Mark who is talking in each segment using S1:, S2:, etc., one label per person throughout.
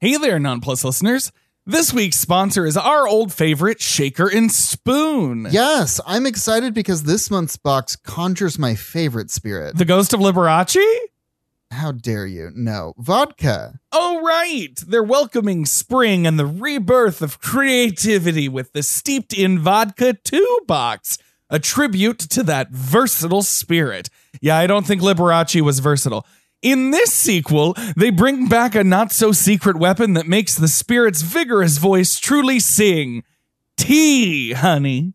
S1: Hey there, Nonplus listeners. This week's sponsor is our old favorite, Shaker and Spoon.
S2: Yes, I'm excited because this month's box conjures my favorite spirit.
S1: The Ghost of Liberace?
S2: How dare you? No, vodka.
S1: Oh, right. They're welcoming spring and the rebirth of creativity with the Steeped in Vodka 2 box, a tribute to that versatile spirit. Yeah, I don't think Liberace was versatile. In this sequel, they bring back a not so secret weapon that makes the spirit's vigorous voice truly sing Tea, honey.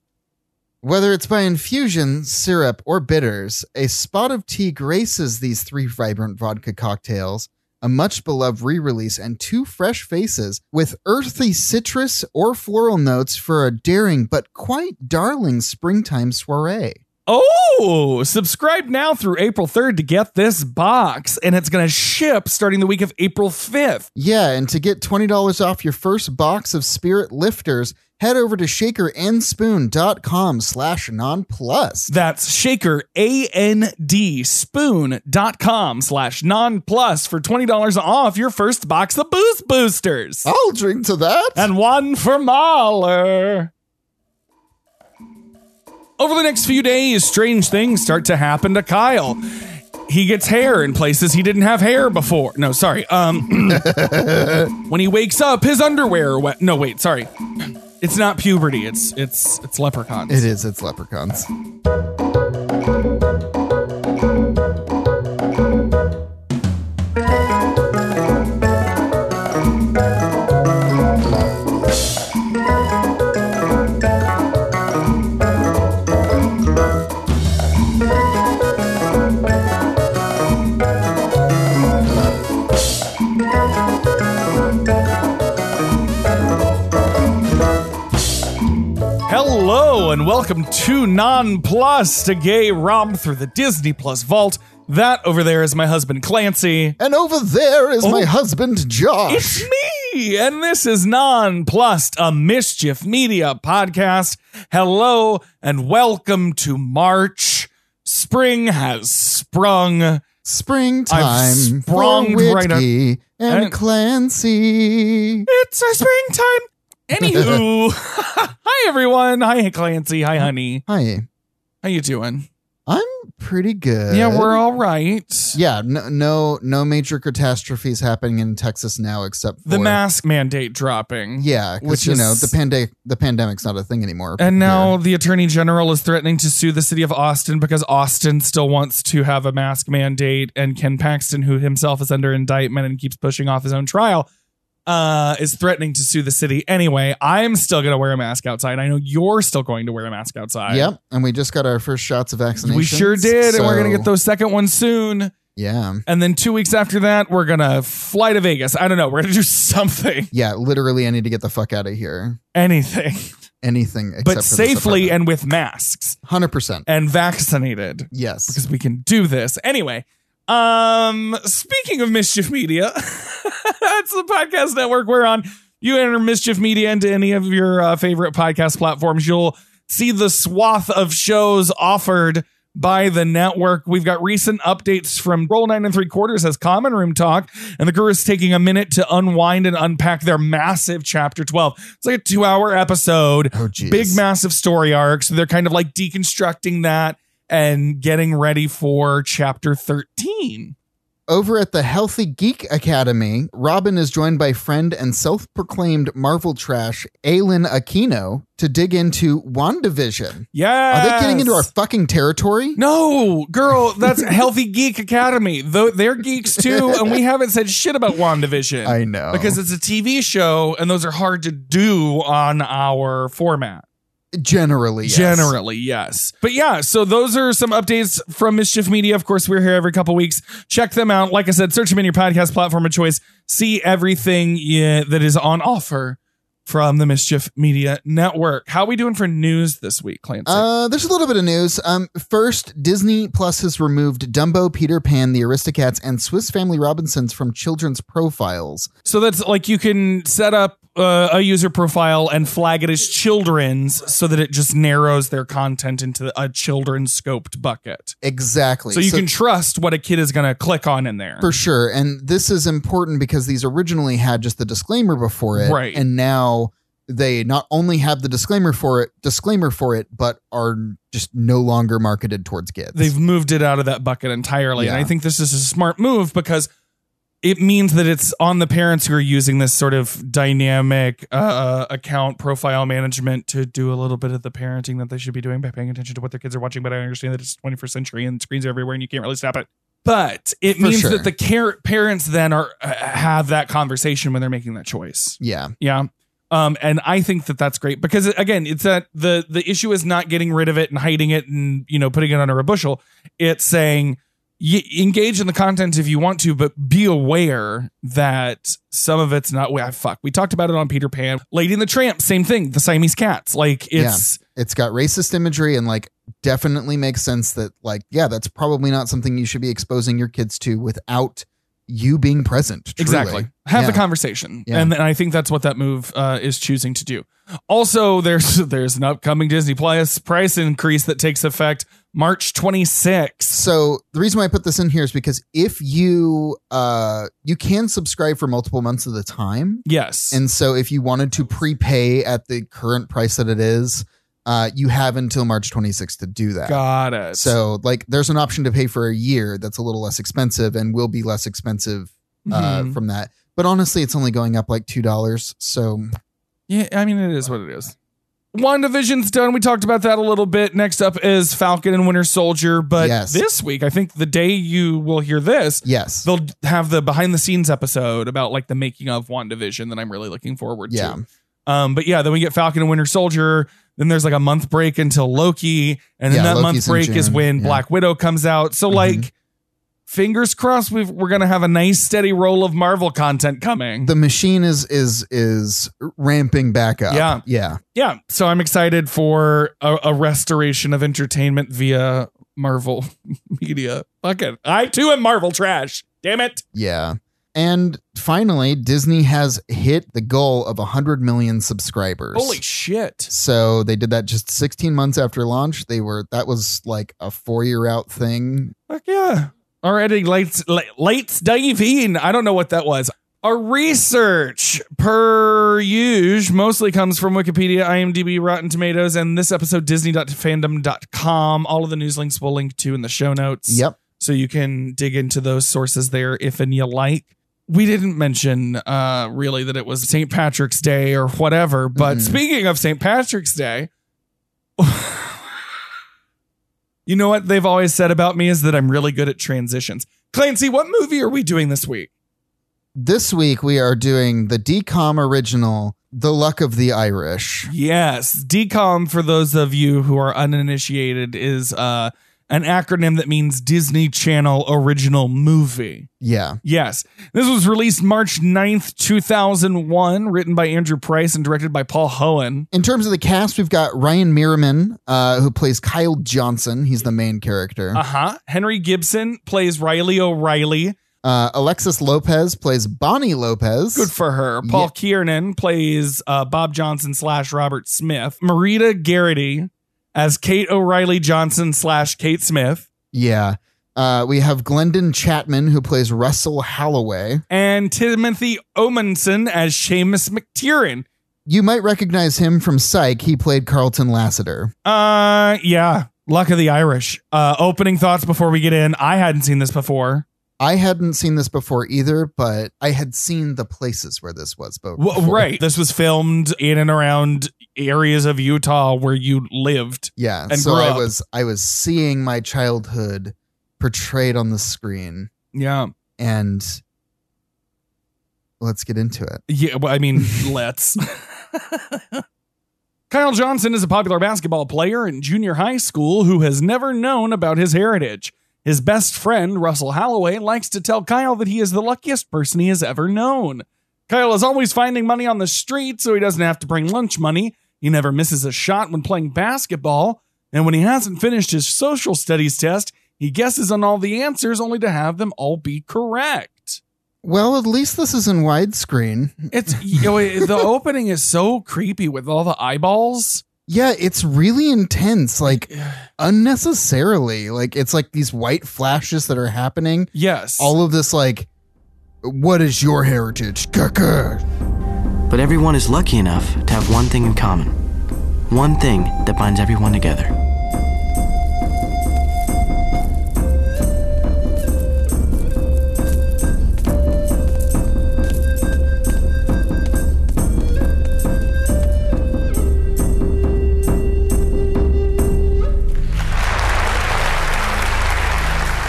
S2: Whether it's by infusion, syrup, or bitters, a spot of tea graces these three vibrant vodka cocktails, a much beloved re release, and two fresh faces with earthy citrus or floral notes for a daring but quite darling springtime soiree.
S1: Oh, subscribe now through April 3rd to get this box, and it's going to ship starting the week of April 5th.
S2: Yeah, and to get $20 off your first box of spirit lifters, head over to shakerandspoon.com slash nonplus.
S1: That's shaker, A-N-D, spoon.com slash nonplus for $20 off your first box of Boost Boosters.
S2: I'll drink to that.
S1: And one for Mahler. Over the next few days, strange things start to happen to Kyle. He gets hair in places he didn't have hair before. No, sorry. Um, when he wakes up, his underwear are wet. No, wait, sorry. It's not puberty. It's it's it's leprechauns.
S2: it is, it's leprechauns.
S1: Hello and welcome to Nonplus, a gay rom through the Disney Plus vault. That over there is my husband Clancy.
S2: And over there is
S1: Oh.
S2: my husband, Josh.
S1: It's me, and this is Nonplussed, a Mischief Media podcast. Hello, and welcome to March. Spring has sprung. I've
S2: Springtime for
S1: sprung right up-
S2: Whitney and,
S1: and-
S2: Clancy.
S1: It's our springtime. Anywho, hi everyone. Hi Clancy. Hi honey.
S2: Hi,
S1: How you doing?
S2: I'm pretty good.
S1: Yeah, we're all right.
S2: yeah. No, no, no major catastrophes happening in Texas now, except for
S1: The mask mandate dropping.
S2: Yeah,
S1: which
S2: which you know
S1: is-
S2: the pandemic. The pandemic's not a thing anymore.
S1: And now
S2: here.
S1: the attorney general is threatening to sue the city of Austin because Austin still wants to have a mask mandate. And Ken Paxton, who himself is under indictment and keeps pushing off his own trial, uh, is threatening to sue the city. Anyway, I'm still going to wear a mask outside. I know you're still going to wear a mask outside.
S2: Yep, and we just got our first shots of vaccination.
S1: We sure did. and we're going to get those second ones soon.
S2: Yeah,
S1: And then two weeks after that, we're going to fly to Vegas. I don't know. We're going to do something,
S2: yeah. Literally, I need to get the fuck out of here.
S1: anything,
S2: Anything, except
S1: but safely and with masks
S2: hundred percent.
S1: and vaccinated.
S2: Yes.
S1: because we can do this anyway um speaking of mischief media that's the podcast network we're on you enter mischief media into any of your uh, favorite podcast platforms you'll see the swath of shows offered by the network we've got recent updates from roll nine and three quarters as common room talk and the guru is taking a minute to unwind and unpack their massive chapter 12 it's like a two hour episode
S2: Oh, geez.
S1: big massive story arc so they're kind of like deconstructing that and getting ready for chapter 13
S2: Over at the Healthy Geek Academy, Robin is joined by friend and self proclaimed Marvel trash, Aylin Aquino, to dig into WandaVision.
S1: yeah
S2: Are they getting into our fucking territory?
S1: no girl that's healthy geek academy though they're geeks too and we haven't said shit about wandavision
S2: I know.
S1: because it's a tv show and those are hard to do on our format
S2: generally, yes.
S1: Generally, yes. But yeah, so those are some updates from Mischief Media. Of course, we're here every couple weeks. Check them out. Like I said, search them in your podcast platform of choice. See everything yeah, that is on offer from the Mischief Media Network. How are we doing for news this week, Clancy?
S2: Uh, there's a little bit of news. Um, first, Disney Plus has removed Dumbo, Peter Pan, the Aristocats, and Swiss Family Robinsons from children's profiles.
S1: so that's like you can set up uh, a user profile and flag it as children's so that it just narrows their content into a children's scoped bucket.
S2: Exactly.
S1: So you can trust what a kid is going to click on in there.
S2: for sure. And this is important because these originally had just the disclaimer before it,
S1: Right.
S2: And now they not only have the disclaimer for it, disclaimer for it, but are just no longer marketed towards kids.
S1: They've moved it out of that bucket entirely. And
S2: Yeah.
S1: I think this is a smart move because it means that it's on the parents who are using this sort of dynamic uh, account profile management to do a little bit of the parenting that they should be doing by paying attention to what their kids are watching. But I understand that it's 21st century and screens are everywhere and you can't really stop it. But it
S2: For
S1: means
S2: sure.
S1: that the care- parents then are uh, have that conversation when they're making that choice.
S2: yeah,
S1: Yeah. Um, and I think that that's great because again, it's that the the issue is not getting rid of it and hiding it and you know putting it under a bushel. It's saying y- engage in the content if you want to, but be aware that some of it's not. Well, fuck, we talked about it on Peter Pan, Lady and the Tramp, same thing. The Siamese cats, like it's
S2: it's got racist imagery and like definitely makes sense that like yeah, that's probably not something you should be exposing your kids to without you being present. truly.
S1: exactly have the
S2: Yeah.
S1: conversation,
S2: Yeah.
S1: and, and I think that's what that move uh, is choosing to do. Also, there's there's an upcoming Disney Plus price increase that takes effect March 26th.
S2: So the reason why I put this in here is because if you uh you can subscribe for multiple months at a time.
S1: Yes.
S2: And so if you wanted to prepay at the current price that it is, uh, you have until March 26th to do that.
S1: Got it.
S2: So like there's an option to pay for a year that's a little less expensive and will be less expensive uh,
S1: Mhm.
S2: from that. But honestly, it's only going up like $2. So
S1: yeah, I mean, it is what it is. WandaVision's done. We talked about that a little bit. Next up is Falcon and Winter Soldier. But
S2: Yes.
S1: this week, I think the day you will hear this,
S2: yes.
S1: they'll have the behind the scenes episode about like the making of WandaVision that I'm really looking forward
S2: Yeah.
S1: to. Um, but yeah, then we get Falcon and Winter Soldier. Then there's like a month break until Loki. And then
S2: Yeah,
S1: that month
S2: Loki's in
S1: break is
S2: June,
S1: when
S2: yeah.
S1: Black Widow comes out. So,
S2: Mhm.
S1: like, fingers crossed, we've, we're going to have a nice, steady roll of Marvel content coming.
S2: The machine is is is ramping back up.
S1: Yeah.
S2: Yeah.
S1: yeah, so I'm excited for a, a restoration of entertainment via Marvel media. Fuck it. I too am Marvel trash. Damn it.
S2: Yeah. And finally, Disney has hit the goal of 100 million subscribers.
S1: Holy shit.
S2: So they did that just 16 months after launch. They were that was like a four year out thing.
S1: Fuck yeah. Already lights lights diving. I don't know what that was. Our research per usual mostly comes from Wikipedia, IMDb, Rotten Tomatoes, and this episode disney.fandom.com. All of the news links we'll link to in the show notes.
S2: Yep.
S1: so you can dig into those sources there if and you like. We didn't mention uh, really that it was St. Patrick's Day or whatever, but
S2: Mhm.
S1: speaking of St. Patrick's Day, you know what they've always said about me is that I'm really good at transitions. Clancy, what movie are we doing this week?
S2: This week we are doing the DCOM original, The Luck of the Irish.
S1: Yes, DCOM, for those of you who are uninitiated, is uh, an acronym that means Disney Channel Original Movie.
S2: Yeah.
S1: Yes. This was released March 9th, 2001, written by Andrew Price and directed by Paul Hohen.
S2: In terms of the cast, we've got Ryan Miraman, uh, who plays Kyle Johnson. He's the main character.
S1: Uh huh. Henry Gibson plays Riley O'Reilly.
S2: Uh, Alexis Lopez plays Bonnie Lopez.
S1: Good for her. Paul Kiernan plays uh, Bob Johnson slash Robert Smith. Marita Garrity as Kate O'Reilly Johnson slash Kate Smith.
S2: yeah. Uh, we have Glendon Chapman, who plays Russell Holloway.
S1: And Timothy Omenson as Seamus McTiernan.
S2: You might recognize him from Psych. He played Carlton Lassiter.
S1: Uh, yeah. Luck of the Irish. Uh, opening thoughts before we get in. I hadn't seen this before.
S2: I hadn't seen this before either, but I had seen the places where this was. But
S1: Well, right. This was filmed in and around areas of Utah where you lived.
S2: yeah.
S1: And
S2: so
S1: grew
S2: I
S1: up.
S2: was I was seeing my childhood portrayed on the screen,
S1: Yeah.
S2: and let's get into it.
S1: Yeah. Well, I mean, let's. Kyle Johnson is a popular basketball player in junior high school who has never known about his heritage. His best friend, Russell Holloway, likes to tell Kyle that he is the luckiest person he has ever known. Kyle is always finding money on the street so he doesn't have to bring lunch money. He never misses a shot when playing basketball. And when he hasn't finished his social studies test, he guesses on all the answers only to have them all be correct.
S2: Well, at least this is in widescreen.
S1: It's you know, it- the opening is so creepy with all the eyeballs.
S2: Yeah, it's really intense, like unnecessarily. Like it's like these white flashes that are happening.
S1: Yes.
S2: All of this like what is your heritage? Gah-gah.
S3: But everyone is lucky enough to have one thing in common. One thing that binds everyone together.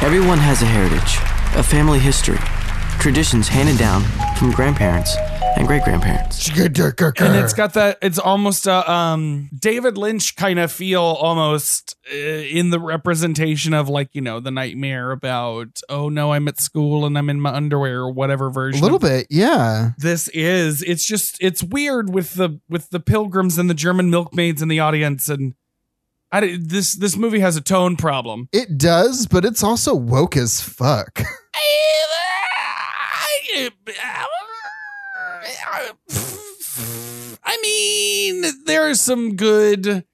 S3: Everyone has a heritage, a family history, traditions handed down from grandparents and great grandparents.
S2: Gah-gah-gah-gah.
S1: and it's got that it's almost a um David Lynch kind of feel almost uh, in the representation of like, you know, the nightmare about oh no, I'm at school and I'm in my underwear or whatever
S2: a
S1: version.
S2: little
S1: of
S2: bit, yeah.
S1: this is it's just it's weird with the with the pilgrims and the German milkmaids in the audience and I di- this this movie has a tone problem.
S2: It does, but it's also woke as fuck.
S1: I mean, there's some good.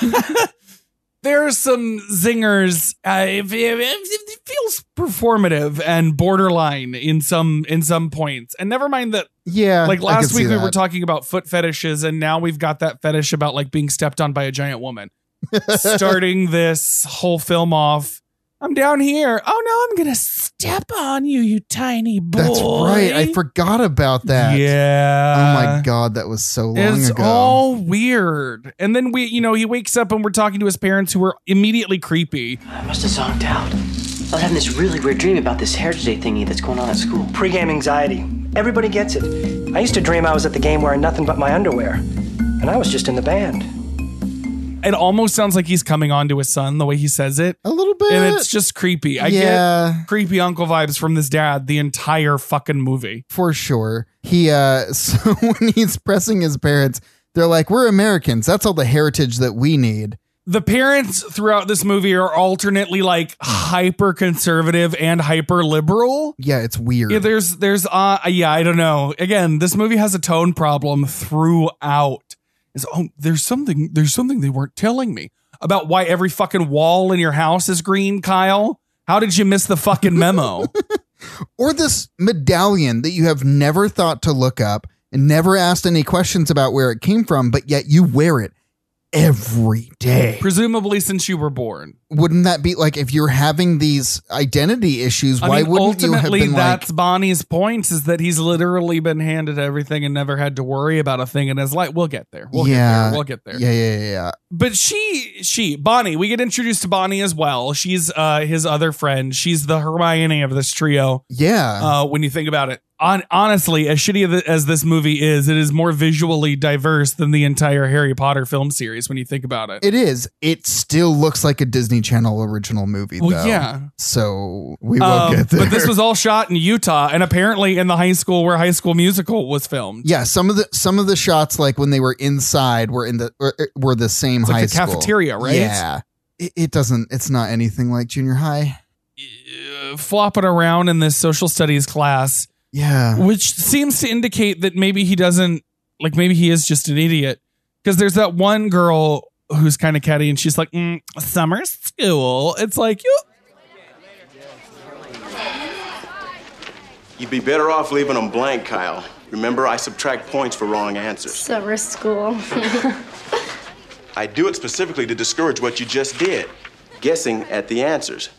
S1: there's some zingers. Uh, it, it- it feels performative and borderline in some in some points. And never mind that.
S2: Yeah.
S1: Like
S2: I
S1: last
S2: could
S1: week,
S2: see
S1: we were
S2: that.
S1: talking about foot fetishes, and now we've got that fetish about like being stepped on by a giant woman. Starting this whole film off. I'm down here. Oh no, I'm gonna step on you, you tiny boy.
S2: That's right. I forgot about that.
S1: Yeah.
S2: Oh my god, that was so long
S1: It's
S2: ago.
S1: all weird. And then we, you know, he wakes up and we're talking to his parents who are immediately creepy.
S3: I must have zonked out. I was having this really weird dream about this Heritage Day thingy that's going on at school.
S4: Pre-game anxiety. Everybody gets it. I used to dream I was at the game wearing nothing but my underwear, and I was just in the band.
S1: It almost sounds like he's coming on to his son the way he says it.
S2: a little bit.
S1: And it's just creepy. I
S2: yeah.
S1: get creepy uncle vibes from this dad the entire fucking movie.
S2: for sure. He uh so when he's pressing his parents, they're like, "We're Americans. That's all the heritage that we need."
S1: the parents throughout this movie are alternately like hyper conservative and hyper liberal.
S2: Yeah, it's weird.
S1: Yeah, there's there's uh yeah, I don't know. Again, this movie has a tone problem throughout. Is oh, there's something there's something they weren't telling me about why every fucking wall in your house is green, Kyle. How did you miss the fucking memo?
S2: or this medallion that you have never thought to look up and never asked any questions about where it came from, but yet you wear it every day.
S1: Presumably since you were born.
S2: Wouldn't that be like if you're having these identity issues?
S1: I
S2: why
S1: mean,
S2: wouldn't you have
S1: ultimately
S2: been like?
S1: that's Bonnie's point is that he's literally been handed everything and never had to worry about a thing in his life. We'll get there. We'll get
S2: Yeah.
S1: there. We'll get there.
S2: Yeah, yeah, yeah, yeah.
S1: but she she bonnie we get introduced to bonnie as well she's uh his other friend she's the hermione of this trio
S2: Yeah.
S1: uh when you think about it on honestly as shitty of- as this movie is it is more visually diverse than the entire harry potter film series when you think about it,
S2: it is. It still looks like a Disney Channel original movie,
S1: well
S2: though.
S1: yeah
S2: So we will
S1: Um,
S2: get there.
S1: but this was all shot in utah and apparently in the high school where high school musical was filmed
S2: yeah, some of the some of the shots like when they were inside were in the were, were the same
S1: It's like
S2: high
S1: the
S2: school
S1: cafeteria, right?
S2: Yeah, it, it doesn't. It's not anything like junior high.
S1: Uh, flopping around in this social studies class
S2: Yeah,
S1: which seems to indicate that maybe he doesn't like maybe he is just an idiot because there's that one girl who's kind of catty and she's like mm, summer school it's like you
S5: You'd be better off leaving them blank, Kyle. Remember, I subtract points for wrong answers.
S6: Summer school.
S5: I do it specifically to discourage what you just did guessing at the answers.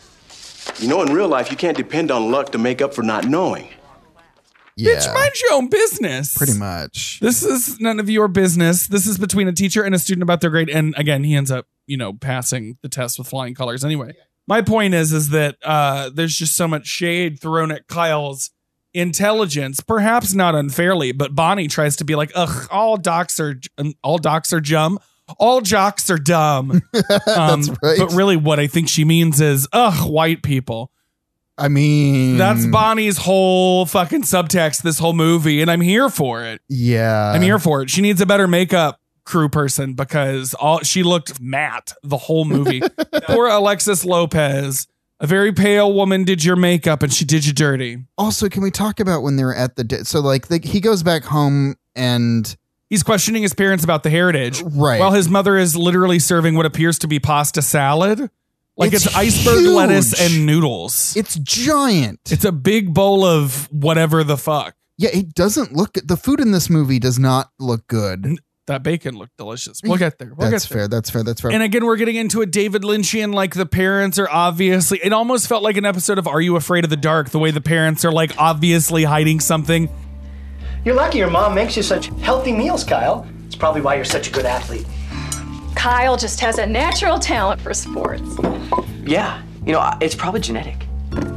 S5: You know, in real life, you can't depend on luck to make up for not knowing.
S2: yeah,
S1: bitch mind your own business
S2: pretty much.
S1: this is none of your business this is between a teacher and a student about their grade and again he ends up you know passing the test with flying colors anyway my point is is that uh there's just so much shade thrown at kyle's intelligence perhaps not unfairly but bonnie tries to be like ugh all docs are um, all docs are jum all jocks are dumb Um,
S2: That's right.
S1: but really what i think she means is ugh white people
S2: I mean,
S1: that's bonnie's whole fucking subtext this whole movie and i'm here for it
S2: yeah.
S1: I'm here for it. She needs a better makeup crew person because all she looked matte the whole movie. Poor Alexis Lopez. A very pale woman did your makeup and she did you dirty.
S2: Also, can we talk about when they're at the da- so like the, he goes back home and
S1: He's questioning his parents about the heritage.
S2: Right.
S1: While his mother is literally serving what appears to be pasta salad. Like it's,
S2: It's
S1: iceberg
S2: huge.
S1: lettuce and noodles.
S2: it's giant.
S1: It's a big bowl of whatever the fuck.
S2: yeah, it doesn't look the food in this movie does not look good.
S1: That bacon looked delicious. We'll get there. We'll
S2: that's
S1: get there.
S2: fair. That's fair. That's fair.
S1: And again, we're getting into a David Lynchian, like the parents are obviously, it almost felt like an episode of Are You Afraid of the Dark? The way the parents are like obviously hiding something.
S4: You're lucky your mom makes you such healthy meals, Kyle. It's probably why you're such a good athlete.
S6: Kyle just has a natural talent for sports.
S3: Yeah, you know, I- it's probably genetic.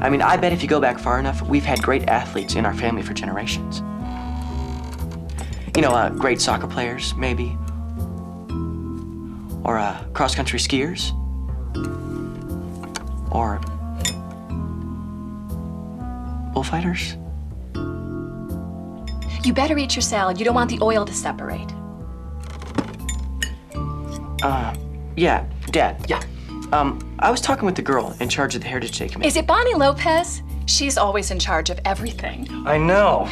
S3: I mean, I bet if you go back far enough, we've had great athletes in our family for generations. You know, uh, great soccer players, maybe. Or uh, cross country skiers. Or bullfighters.
S6: You better eat your salad. You don't want the oil to separate.
S3: Yeah, Dad. Yeah. Um, I was talking with the girl in charge of the Heritage Day Committee.
S6: Is it Bonnie Lopez? She's always in charge of everything.
S4: I know.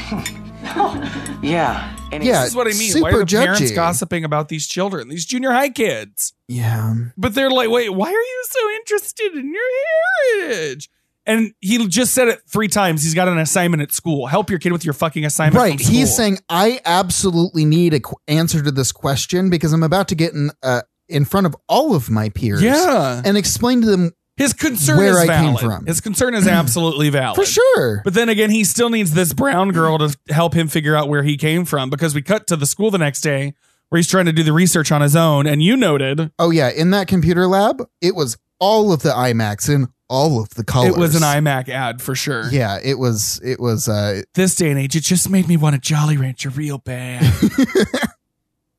S3: yeah. And it's-
S2: yeah,
S1: This is what I mean.
S2: Super
S1: why are the parents
S2: judgy.
S1: gossiping about these children, these junior high kids?
S2: Yeah,
S1: But they're like, wait, why are you so interested in your heritage? And he just said it three times. He's got an assignment at school. Help your kid with your fucking assignment.
S2: right.
S1: from school.
S2: He's saying I absolutely need a qu- answer to this question because I'm about to get in uh, in front of all of my peers.
S1: Yeah.
S2: and explain to them
S1: his concern
S2: Where
S1: is
S2: I came
S1: valid.
S2: from.
S1: His concern is absolutely valid.
S2: for sure.
S1: But then again, he still needs this brown girl to help him figure out where he came from because we cut to the school the next day where he's trying to do the research on his own. And you noted
S2: oh yeah, in that computer lab, it was all of the IMAX in all of the colors.
S1: it was an iMac ad for sure.
S2: Yeah, it was. It was. Uh,
S1: This day and age, it just made me want a Jolly Rancher real bad.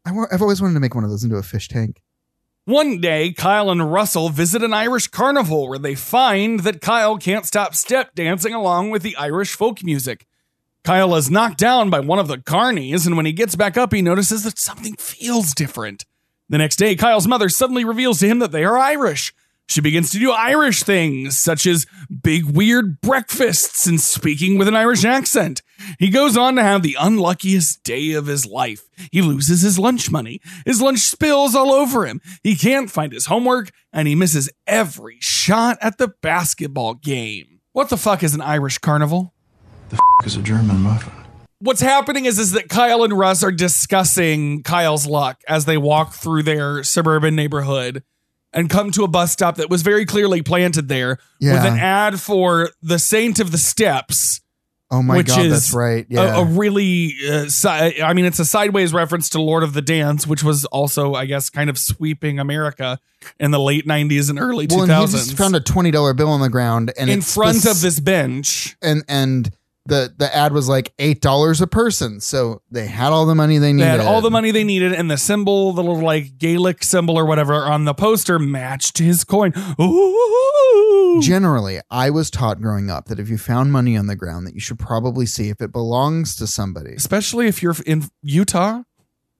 S2: I wa- I've always wanted to make one of those into a fish tank.
S1: One day, Kyle and Russell visit an Irish carnival where they find that Kyle can't stop step dancing along with the Irish folk music. Kyle is knocked down by one of the carnies, and when he gets back up, he notices that something feels different. The next day, Kyle's mother suddenly reveals to him that they are Irish. She begins to do Irish things, such as big weird breakfasts and speaking with an Irish accent. He goes on to have the unluckiest day of his life. He loses his lunch money. His lunch spills all over him. He can't find his homework, and he misses every shot at the basketball game. What the fuck is an Irish carnival?
S7: Because a German muffin.
S1: what's happening is is that Kyle and Russ are discussing Kyle's luck as they walk through their suburban neighborhood and come to a bus stop that was very clearly planted there with
S2: Yeah.
S1: an ad for the Saint of the Steps,
S2: Oh my
S1: which
S2: god,
S1: is
S2: that's right.
S1: a-
S2: Yeah,
S1: a, really uh, si- I mean it's a sideways reference to Lord of the Dance, which was also I guess kind of sweeping America in the late 90s and early
S2: well, and he
S1: 2000s
S2: just found a twenty dollar bill on the ground and
S1: in
S2: it's
S1: front
S2: spec-
S1: of this bench.
S2: and and the the ad was like eight dollars a person, so they had all the money they
S1: They
S2: needed.
S1: had all the money they needed, and the symbol, the little like Gaelic symbol or whatever on the poster matched his coin. Ooh.
S2: Generally, I was taught growing up that if you found money on the ground, that you should probably see if it belongs to somebody.
S1: Especially if you're in Utah,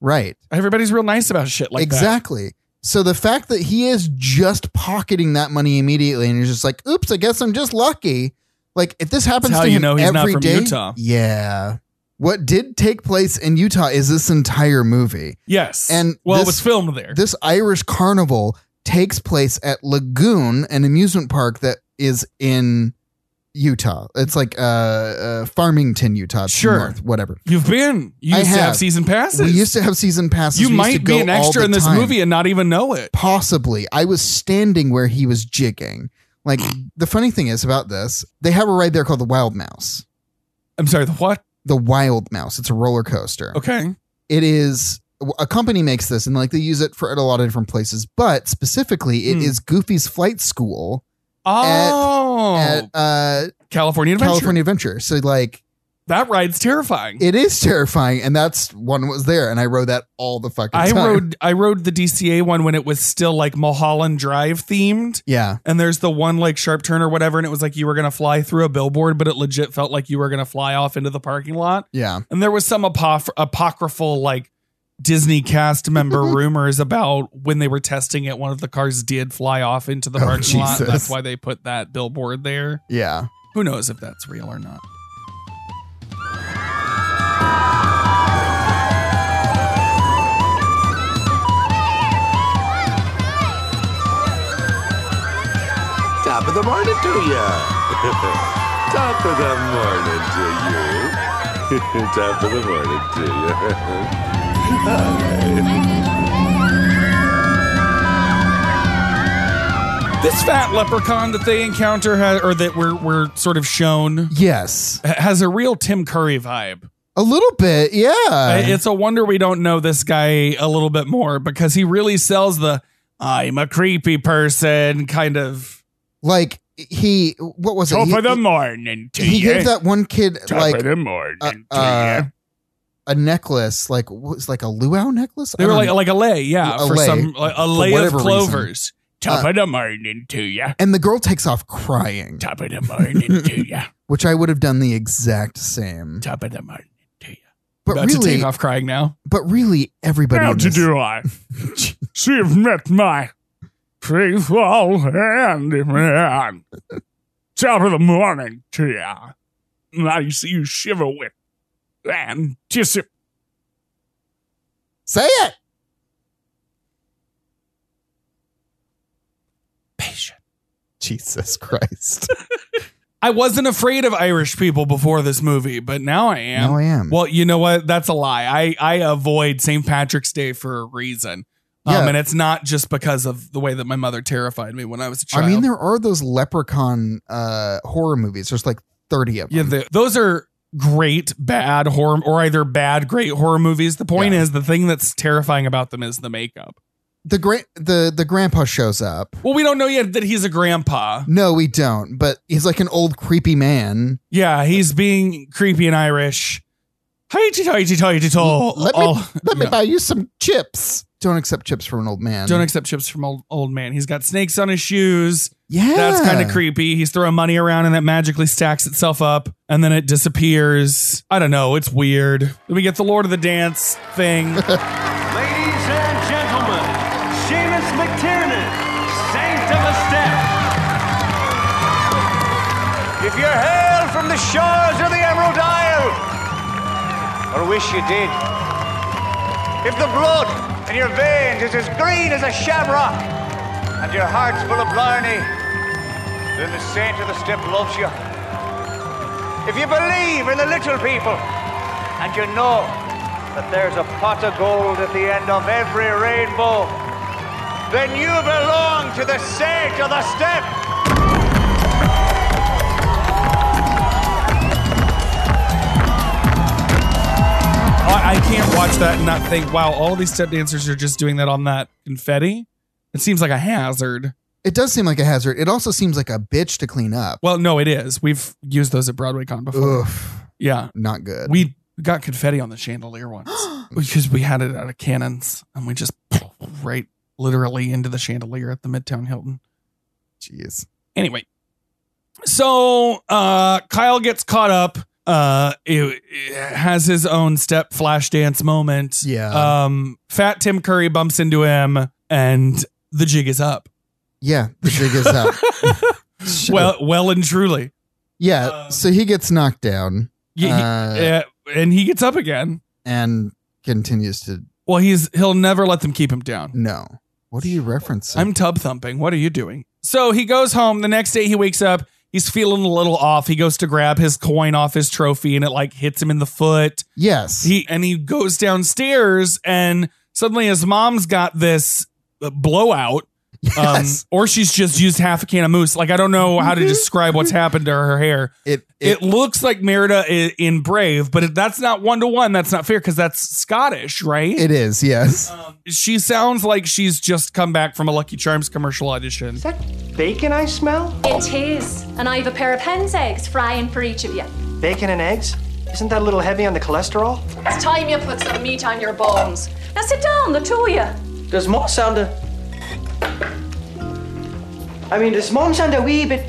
S2: Right.
S1: everybody's real nice about shit like that.
S2: exactly. So the fact that he is just pocketing that money immediately and he's just like, oops, I guess I'm just lucky. Like if this happens
S1: how
S2: to
S1: you
S2: him
S1: know he's not
S2: every
S1: from
S2: day-
S1: Utah.
S2: Yeah. What did take place in Utah is this entire movie.
S1: Yes,
S2: And
S1: well, it
S2: this-
S1: was filmed there.
S2: This Irish carnival takes place at Lagoon, an amusement park that is in Utah. It's like uh, uh Farmington, Utah. It's
S1: Sure.
S2: north, whatever.
S1: You've been. You
S2: I
S1: used to have
S2: have.
S1: season passes.
S2: We used to have season passes.
S1: you
S2: We used to
S1: might be
S2: go
S1: an
S2: all
S1: extra
S2: the
S1: in this
S2: time.
S1: movie and not even know it.
S2: possibly i was standing where he was jigging like the funny thing is about this they have a ride there called the wild mouse
S1: I'm sorry. The what?
S2: the wild mouse it's a roller coaster
S1: Okay.
S2: it is a company makes this and like they use it for at a lot of different places but specifically it is
S1: Hmm.
S2: goofy's flight school
S1: Oh,
S2: at uh
S1: California Adventure.
S2: california adventure so like
S1: That ride's terrifying.
S2: it is terrifying and that's one was there and i rode that all the fucking
S1: I
S2: time
S1: rode I rode the DCA one when it was still like Mulholland Drive themed.
S2: yeah
S1: And there's the one like sharp turn or whatever, and it was like you were gonna fly through a billboard, but it legit felt like you were gonna fly off into the parking lot.
S2: yeah
S1: And there was some apof- apocryphal like Disney cast member rumors about when they were testing it, one of the cars did fly off into the
S2: Oh,
S1: parking lot.
S2: Jesus.
S1: That's why they put that billboard there.
S2: Yeah.
S1: Who knows if that's real or not?
S8: Top of the morning to you. Top of the morning to you. Top of the morning to you.
S1: This fat leprechaun that they encounter, ha- or that we're, we're sort of shown,
S2: Yes.
S1: ha- has a real Tim Curry vibe.
S2: A little bit. Yeah.
S1: I- it's a wonder we don't know this guy a little bit more because he really sells the I'm a creepy person kind of.
S2: like he. What was it? He,
S1: morning to
S2: he gave that one kid like
S8: the morning
S2: a, uh, a necklace, like was like a luau necklace.
S1: They
S2: I
S1: were
S2: don't
S1: like
S2: know.
S1: like a lay, yeah,
S2: A
S1: for
S2: lay,
S1: some like a lay of
S2: whatever reason. Uh,
S1: clovers.
S2: Top
S1: of the morning to ya.
S2: and the girl takes off crying,
S1: Top of the morning to ya.
S2: which I would have done the exact same.
S1: Top of the morning to ya.
S2: But
S1: About to
S2: really,
S1: take off crying now.
S2: but really, everybody. in this-
S1: I? she have met my faithful handyman. Top of the morning to ya. I see you shiver with anticipation.
S2: Say it. Jesus Christ.
S1: I wasn't afraid of Irish people before this movie, but now I am.
S2: Now I am.
S1: Well, you know what? That's a lie. I, I avoid St. Patrick's Day for a reason. Um,
S2: Yeah.
S1: And it's not just because of the way that my mother terrified me when I was a child.
S2: I mean, there are those leprechaun uh, horror movies. There's like 30 of them.
S1: yeah, the, those are great, bad horror, or either bad, great horror movies. The point
S2: Yeah.
S1: is, the thing that's terrifying about them is the makeup.
S2: the great the the grandpa shows up.
S1: Well, we don't know yet that he's a grandpa.
S2: No, we don't. But he's like an old creepy man.
S1: Yeah, he's being creepy and Irish. Hoity toity toity to.
S2: let me
S1: Oh,
S2: let me
S1: yeah.
S2: buy you some chips. Don't accept chips from an old man.
S1: Don't accept chips from old old man. He's got snakes on his shoes.
S2: yeah,
S1: That's kind
S2: Ah.
S1: of creepy. He's throwing money around and that magically stacks itself up and then it disappears. I don't know. It's weird. Then we get the Lord of the Dance thing.
S9: Ladies and gentlemen, Seamus McTiernan, Saint of the Step. If you're hailed from the shores of the Emerald Isle, or wish you did, if the blood in your veins is as green as a shamrock, and your heart's full of blarney, then the Saint of the Step loves you. If you believe in the little people, and you know that there's a pot of gold at the end of every rainbow, then you belong to the Saint of the Step.
S1: I, I can't watch that and not think, wow, all these step dancers are just doing that on that confetti. It seems like a hazard.
S2: It does seem like a hazard. It also seems like a bitch to clean up.
S1: Well, no, it is. We've used those at Broadway Con before.
S2: Oof,
S1: Yeah.
S2: not good.
S1: We got confetti on the chandelier once because we had it out of cannons and we just right literally into the chandelier at the Midtown Hilton.
S2: Jeez.
S1: Anyway, so uh, Kyle gets caught up. Uh, it, has his own step flash dance moment.
S2: Yeah.
S1: Um, Fat Tim Curry bumps into him, and the jig is up.
S2: Yeah, the jig is up. Shit.
S1: well, well and truly.
S2: yeah.
S1: um,
S2: so he gets knocked down
S1: Ye- he-
S2: Uh,
S1: yeah, and he gets up again.
S2: and continues to
S1: Well, he's he'll never let them keep him down.
S2: no. What are you referencing?
S1: I'm tub thumping. What are you doing? So he goes home. The next day he wakes up. He's feeling a little off. He goes to grab his coin off his trophy and it like hits him in the foot.
S2: yes.
S1: He and he goes downstairs and suddenly his mom's got this uh, blowout. Um,
S2: yes.
S1: or she's just used half a can of mousse. Like I don't know how to describe what's happened to her hair.
S2: it,
S1: It, looks like Merida i- in Brave, but it, that's not one to one. That's not fair because that's Scottish, right?
S2: it is. Yes.
S1: Um, she sounds like she's just come back from a Lucky Charms commercial audition.
S4: Is that bacon I smell?
S6: It is. And I've a pair of hen's eggs frying for each of you.
S4: Bacon and eggs? Isn't that a little heavy on the cholesterol?
S6: It's time you put some meat on your bones. Now sit down, the two of you.
S3: Does mom sound a. I mean, does mom sound a wee bit.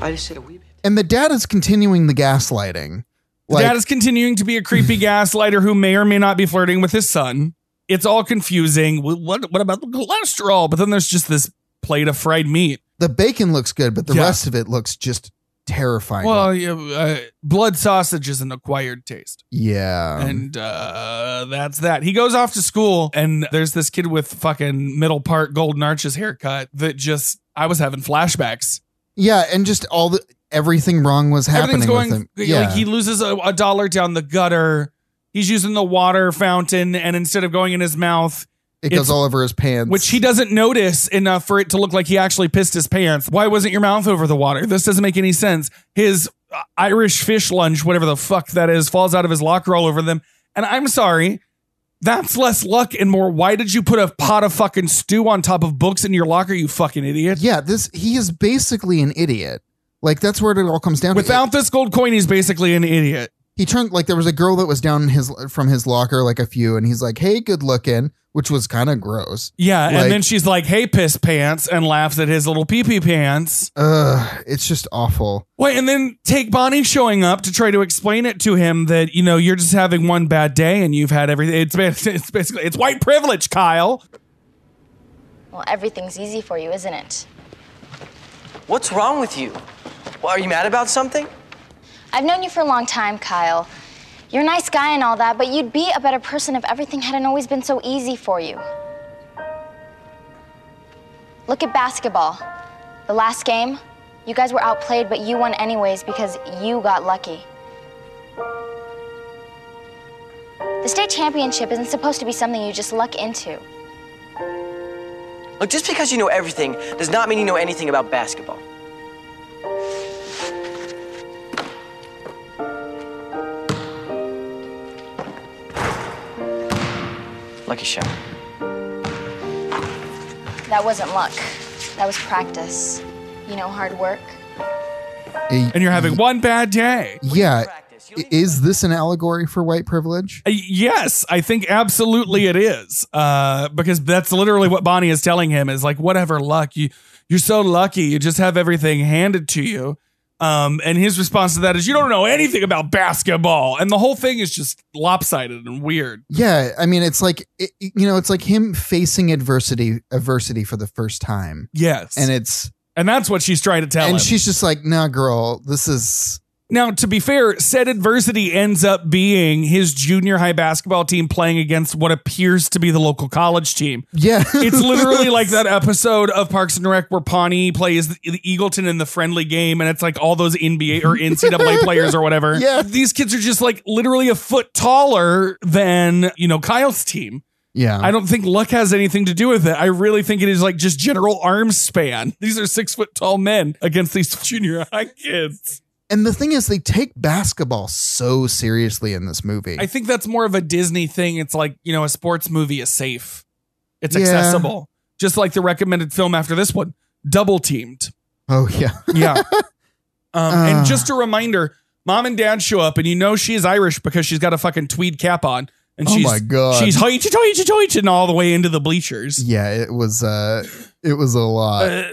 S3: I just said a wee bit.
S2: And the dad is continuing the gaslighting. Like,
S1: Dad is continuing to be a creepy gaslighter who may or may not be flirting with his son. It's all confusing. Wh- What what about the cholesterol? But then there's just this plate of fried meat.
S2: the bacon looks good, but the
S1: Yeah.
S2: rest of it looks just terrifying.
S1: Well, yeah, uh, blood sausage is an acquired taste.
S2: yeah.
S1: and uh, that's that. He goes off to school, and there's this kid with fucking middle part golden arches haircut that just I was having flashbacks.
S2: yeah, and just all the everything wrong was happening
S1: Everything's going
S2: with him.
S1: like,
S2: Yeah.
S1: he loses a, a dollar down the gutter. He's using the water fountain, and instead of going in his mouth,
S2: it goes
S1: it's-
S2: all over his pants.
S1: which he doesn't notice enough for it to look like he actually pissed his pants. Why wasn't your mouth over the water? This doesn't make any sense. His uh, Irish fish lunch, whatever the fuck that is, falls out of his locker all over them. And I'm sorry, that's less luck and more. Why did you put a pot of fucking stew on top of books in your locker, you fucking idiot?
S2: yeah, this he is basically an idiot. Like that's where it all comes down to.
S1: Without this gold coin, he's basically an idiot.
S2: he turned like there was a girl that was down his from his locker like a few and he's like hey good looking which was kind of gross
S1: Yeah.
S2: Like-
S1: and then she's like, hey, piss pants, and laughs at his little pee pee pants.
S2: Ugh, it's just awful
S1: Wait, and then take Bonnie showing up to try to explain it to him that you know you're just having one bad day and you've had everything. It's, ba- it's basically it's white privilege, Kyle.
S10: Well, everything's easy for you, isn't it?
S3: What's wrong with you? Well, are you mad about something?
S10: I've known you for a long time, Kyle. You're a nice guy and all that, but you'd be a better person if everything hadn't always been so easy for you. Look at basketball. The last game, you guys were outplayed, but you won anyways because you got lucky. The state championship isn't supposed to be something you just luck into.
S3: Look, just because you know everything does not mean you know anything about basketball. Lucky shot.
S10: That wasn't luck. That was practice. You know, hard work.
S2: A-
S1: And you're having one bad day.
S2: yeah I- is this an allegory for white privilege
S1: Uh, Yes, I think absolutely it is uh, because that's literally what Bonnie is telling him is like whatever luck you you're so lucky you just have everything handed to you. Um, and his response to that is you don't know anything about basketball, and the whole thing is just lopsided and weird.
S2: yeah i mean it's like it, it- you know it's like him facing adversity adversity for the first time
S1: Yes,
S2: and
S1: and
S2: it's
S1: and that's what she's trying to tell him.
S2: and she's just like nah girl this is
S1: Now, to be fair, said adversity ends up being his junior high basketball team playing against what appears to be the local college team.
S2: yeah
S1: It's literally like that episode of Parks and Rec where Pawnee plays the the Eagleton in the friendly game, and it's like all those NBA or NCAA players or whatever.
S2: Yeah.
S1: These kids are just like literally a foot taller than, you know, Kyle's team.
S2: yeah
S1: I don't think luck has anything to do with it. I really think it is like just general arm span. These are six foot tall men against these junior high kids.
S2: and the thing is they take basketball so seriously in this movie
S1: I think that's more of a Disney thing. It's like, you know, a sports movie is safe. It's
S2: Yeah.
S1: accessible. Just like the recommended film after this one, double teamed.
S2: oh yeah
S1: Yeah. um,
S2: Uh.
S1: and just a reminder, mom and dad show up and you know she's Irish because she's got a fucking tweed cap on and
S2: Oh
S1: she's
S2: my God.
S1: she's hoich hoich hoich and all the way into the bleachers.
S2: yeah it was uh it was a lot
S1: Uh,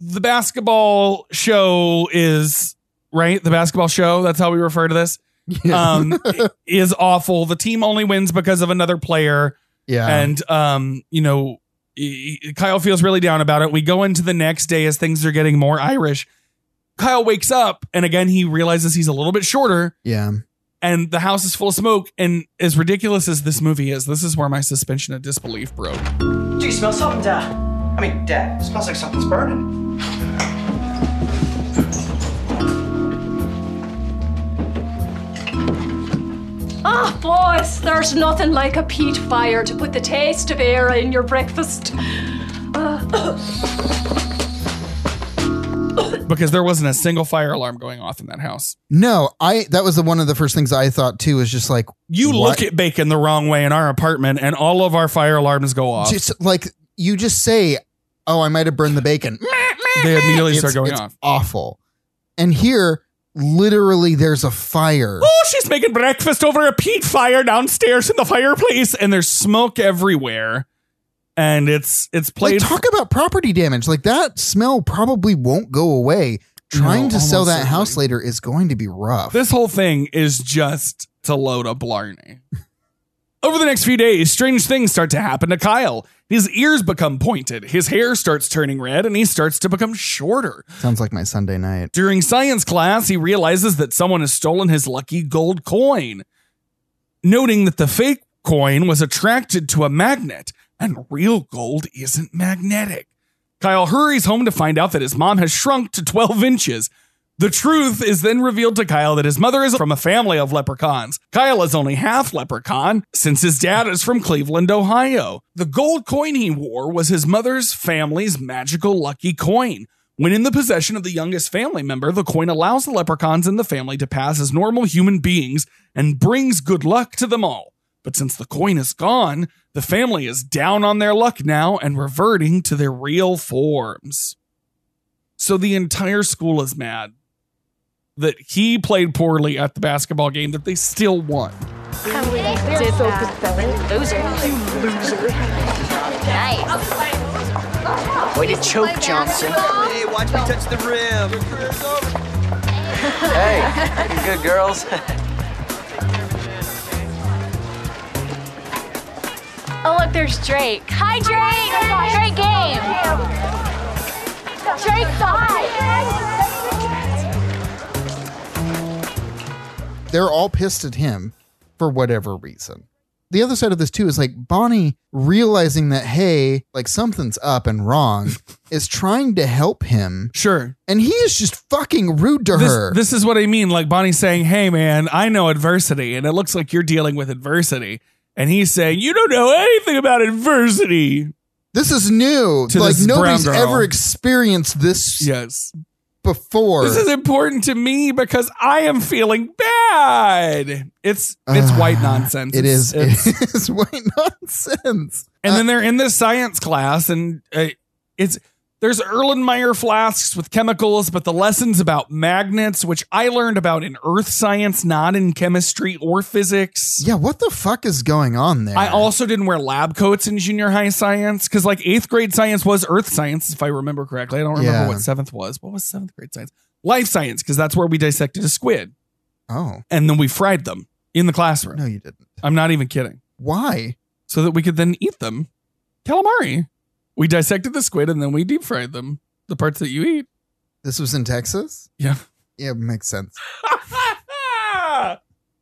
S1: the basketball show is right, the basketball show, that's how we refer to this. Um is awful. The team only wins because of another player.
S2: yeah
S1: and um, you know, e- e- Kyle feels really down about it. We go into the next day as things are getting more Irish. Kyle wakes up and again he realizes he's a little bit shorter
S2: yeah
S1: and the house is full of smoke and as ridiculous as this movie is, this is where my suspension of disbelief broke.
S3: Do you smell something, Dad? I mean, Dad.
S4: It smells like something's burning.
S6: Ah, boys, there's nothing like a peat fire to put the taste of air in your breakfast.
S1: Because there wasn't a single fire alarm going off in that house.
S2: No, I that was the one of the first things I thought too was just like
S1: You
S2: What?
S1: look at bacon the wrong way in our apartment and all of our fire alarms go off.
S2: just like you just say, "Oh, I might have burned the bacon."
S1: they immediately
S2: It's-
S1: start going
S2: it's
S1: off.
S2: Awful. And here, literally, there's a fire.
S1: Oh, she's making breakfast over a peat fire downstairs in the fireplace, and there's smoke everywhere. And it's it's
S2: Like
S1: played.
S2: talk about property damage. Like that smell probably won't go away. trying
S1: No,
S2: to sell
S1: almost
S2: that house later is going to be rough.
S1: This whole thing is just to load up Blarney. Over the next few days, strange things start to happen to Kyle. His ears become pointed, his hair starts turning red, and he starts to become shorter.
S2: Sounds like my Sunday night.
S1: During science class, he realizes that someone has stolen his lucky gold coin. Noting that the fake coin was attracted to a magnet and real gold isn't magnetic. Kyle hurries home to find out that his mom has shrunk to 12 inches. The truth is then revealed to Kyle that his mother is from a family of leprechauns. Kyle is only half leprechaun since his dad is from Cleveland, Ohio. The gold coin he wore was his mother's family's magical lucky coin. When in the possession of the youngest family member, the coin allows the leprechauns in the family to pass as normal human beings and brings good luck to them all. But since the coin is gone, the family is down on their luck now and reverting to their real forms. So the entire school is mad that he played poorly at the basketball game that they still won.
S11: Did so pathetic. Loser. You loser.
S12: Nice.
S11: Way to choke, Johnson.
S12: Hey, watch me touch the rim.
S3: Hey, you good girls.
S11: Oh, look, there's Drake. Hi, Drake. Drake game. Drake's on.
S2: They're all pissed at him for whatever reason. The other side of this too is like Bonnie realizing that hey, like something's up and wrong, is trying to help him.
S1: Sure.
S2: And he is just fucking rude to
S1: This,
S2: her.
S1: this is what I mean. Like Bonnie's saying, Hey, man, I know adversity, and it looks like you're dealing with adversity. And he's saying, You don't know anything about adversity.
S2: This is new.
S1: To
S2: like
S1: this brown
S2: nobody's
S1: girl.
S2: ever experienced this
S1: yes.
S2: before.
S1: This is important to me because I am feeling bad. It's it's white nonsense.
S2: Ah, it is-
S1: It's,
S2: it is white nonsense.
S1: And then they're in this science class, and uh, it's there's Erlenmeyer flasks with chemicals, but the lessons about magnets, which I learned about in Earth science, not in chemistry or physics.
S2: yeah, what the fuck is going on there?
S1: I also didn't wear lab coats in junior high science because, like, eighth grade science was earth science, if I remember correctly. I don't remember
S2: Yeah.
S1: what seventh was. What was seventh grade science? Life science, because that's where we dissected a squid
S2: oh.
S1: and then we fried them in the classroom. No,
S2: you didn't.
S1: I'm not even kidding.
S2: Why?
S1: So that we could then eat them. Calamari. We dissected the squid and then we deep fried them, the parts that you eat.
S2: This was in Texas?
S1: Yeah.
S2: Yeah, makes sense.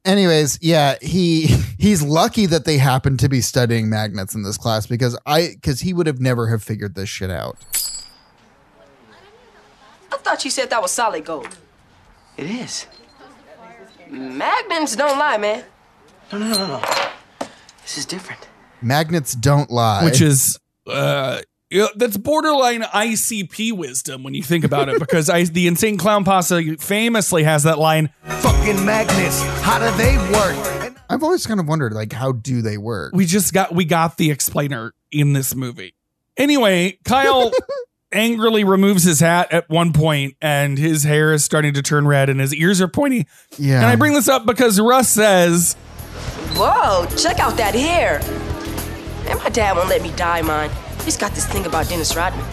S2: Anyways, yeah, he he's lucky that they happened to be studying magnets in this class because I because he would have never have figured this shit out.
S13: I thought you said that was solid gold.
S3: It is.
S13: Magnums don't lie, man.
S3: No, no, no, no, no. This is different.
S2: Magnets don't lie.
S1: Which is uh yeah, that's borderline ICP wisdom when you think about it, because I the insane clown pasta famously has that line.
S14: Fucking magnets, how do they work?
S2: I've always kind of wondered like how do they work?
S1: We just got we got the explainer in this movie. Anyway, Kyle angrily removes his hat at one point, and his hair is starting to turn red, and his ears are pointy.
S2: Yeah.
S1: And I bring this up because Russ says,
S13: Whoa, check out that hair. Man, my dad won't let me dye mine. He's got this thing about Dennis Rodman.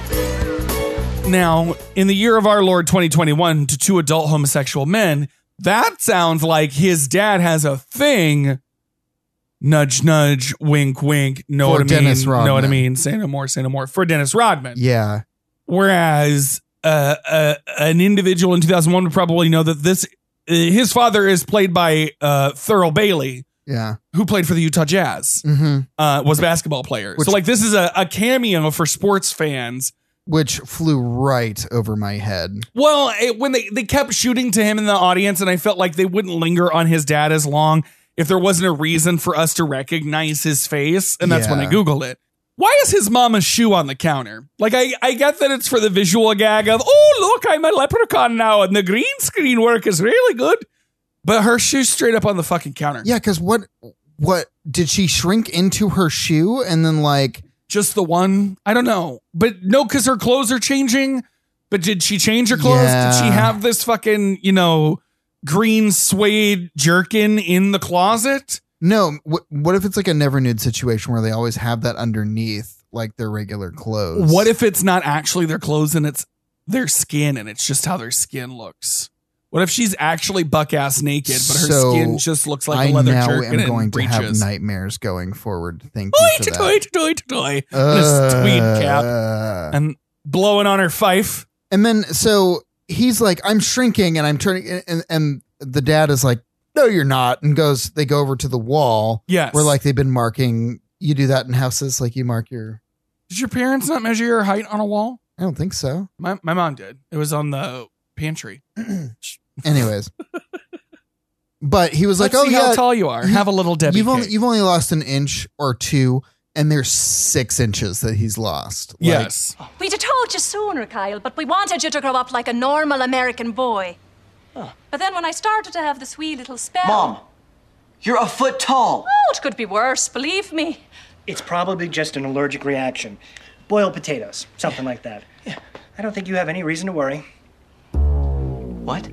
S1: Now, in the year of our Lord 2021, to two adult homosexual men, that sounds like his dad has a thing. Nudge, nudge, wink, wink. Know
S2: For
S1: what I mean?
S2: Dennis
S1: Know what I
S2: Rodman.
S1: mean? Say no more, say no more. For Dennis Rodman.
S2: Yeah.
S1: Whereas uh, uh, an individual in 2001 would probably know that this, uh, his father is played by uh, Thurl Bailey,
S2: Yeah.
S1: who played for the Utah Jazz,
S2: Mhm.
S1: uh, was a basketball player.
S2: Which-
S1: so, like, this is a, a cameo for sports fans.
S2: Which flew right over my head.
S1: Well, it, when they, they kept shooting to him in the audience, and I felt like they wouldn't linger on his dad as long if there wasn't a reason for us to recognize his face. And that's when I
S2: Yeah.
S1: Googled it. Why is his mama's shoe on the counter? Like, I, I get that it's for the visual gag of, oh, look, I'm a leprechaun now, and the green screen work is really good. But her shoe's straight up on the fucking counter.
S2: Yeah, because what what did she shrink into her shoe and then like
S1: Just the one? I don't know. But no, because her clothes are changing. But did she change her clothes? Did she
S2: Yeah.
S1: have this fucking, you know, green suede jerkin in the closet?
S2: no? What what if it's like a never nude situation where they always have that underneath like their regular clothes?
S1: What if it's not actually their clothes and it's their skin and it's just how their skin looks. What if she's actually buck ass naked, but her
S2: So,
S1: skin just looks like
S2: I
S1: a leather
S2: now
S1: jerk
S2: am
S1: and it
S2: going to have
S1: breaches?
S2: nightmares going forward. Thank you
S1: Oi,
S2: for that.
S1: toy, toy, toy, toy. And this tweed cap
S2: Uh,
S1: and blowing on her fife.
S2: And then so he's like, I'm shrinking and I'm turning and, and, and the dad is like, No, you're not, and goes they go over to the wall.
S1: Yes.
S2: Where like they've been marking you do that in houses, like you mark your
S1: Did your parents not measure your height on a wall?
S2: I don't think so.
S1: My my mom did. It was on the pantry.
S2: Anyways. but he was like,
S1: Let's
S2: Oh
S1: see
S2: yeah.
S1: how tall you are. Have a little Debbie.
S2: you've only
S1: cake."
S2: you've only lost an inch or two, and there's six inches that he's lost. Like,
S1: Yes.
S6: We'd have told you sooner, Kyle, but we wanted you to grow up like a normal American boy. But then when I started to have this wee little spell.
S12: Mom, you're a foot tall.
S6: Oh, it could be worse, believe me.
S4: It's probably just an allergic reaction. Boiled potatoes, something like that. Yeah. I don't think you have any reason to worry.
S12: What?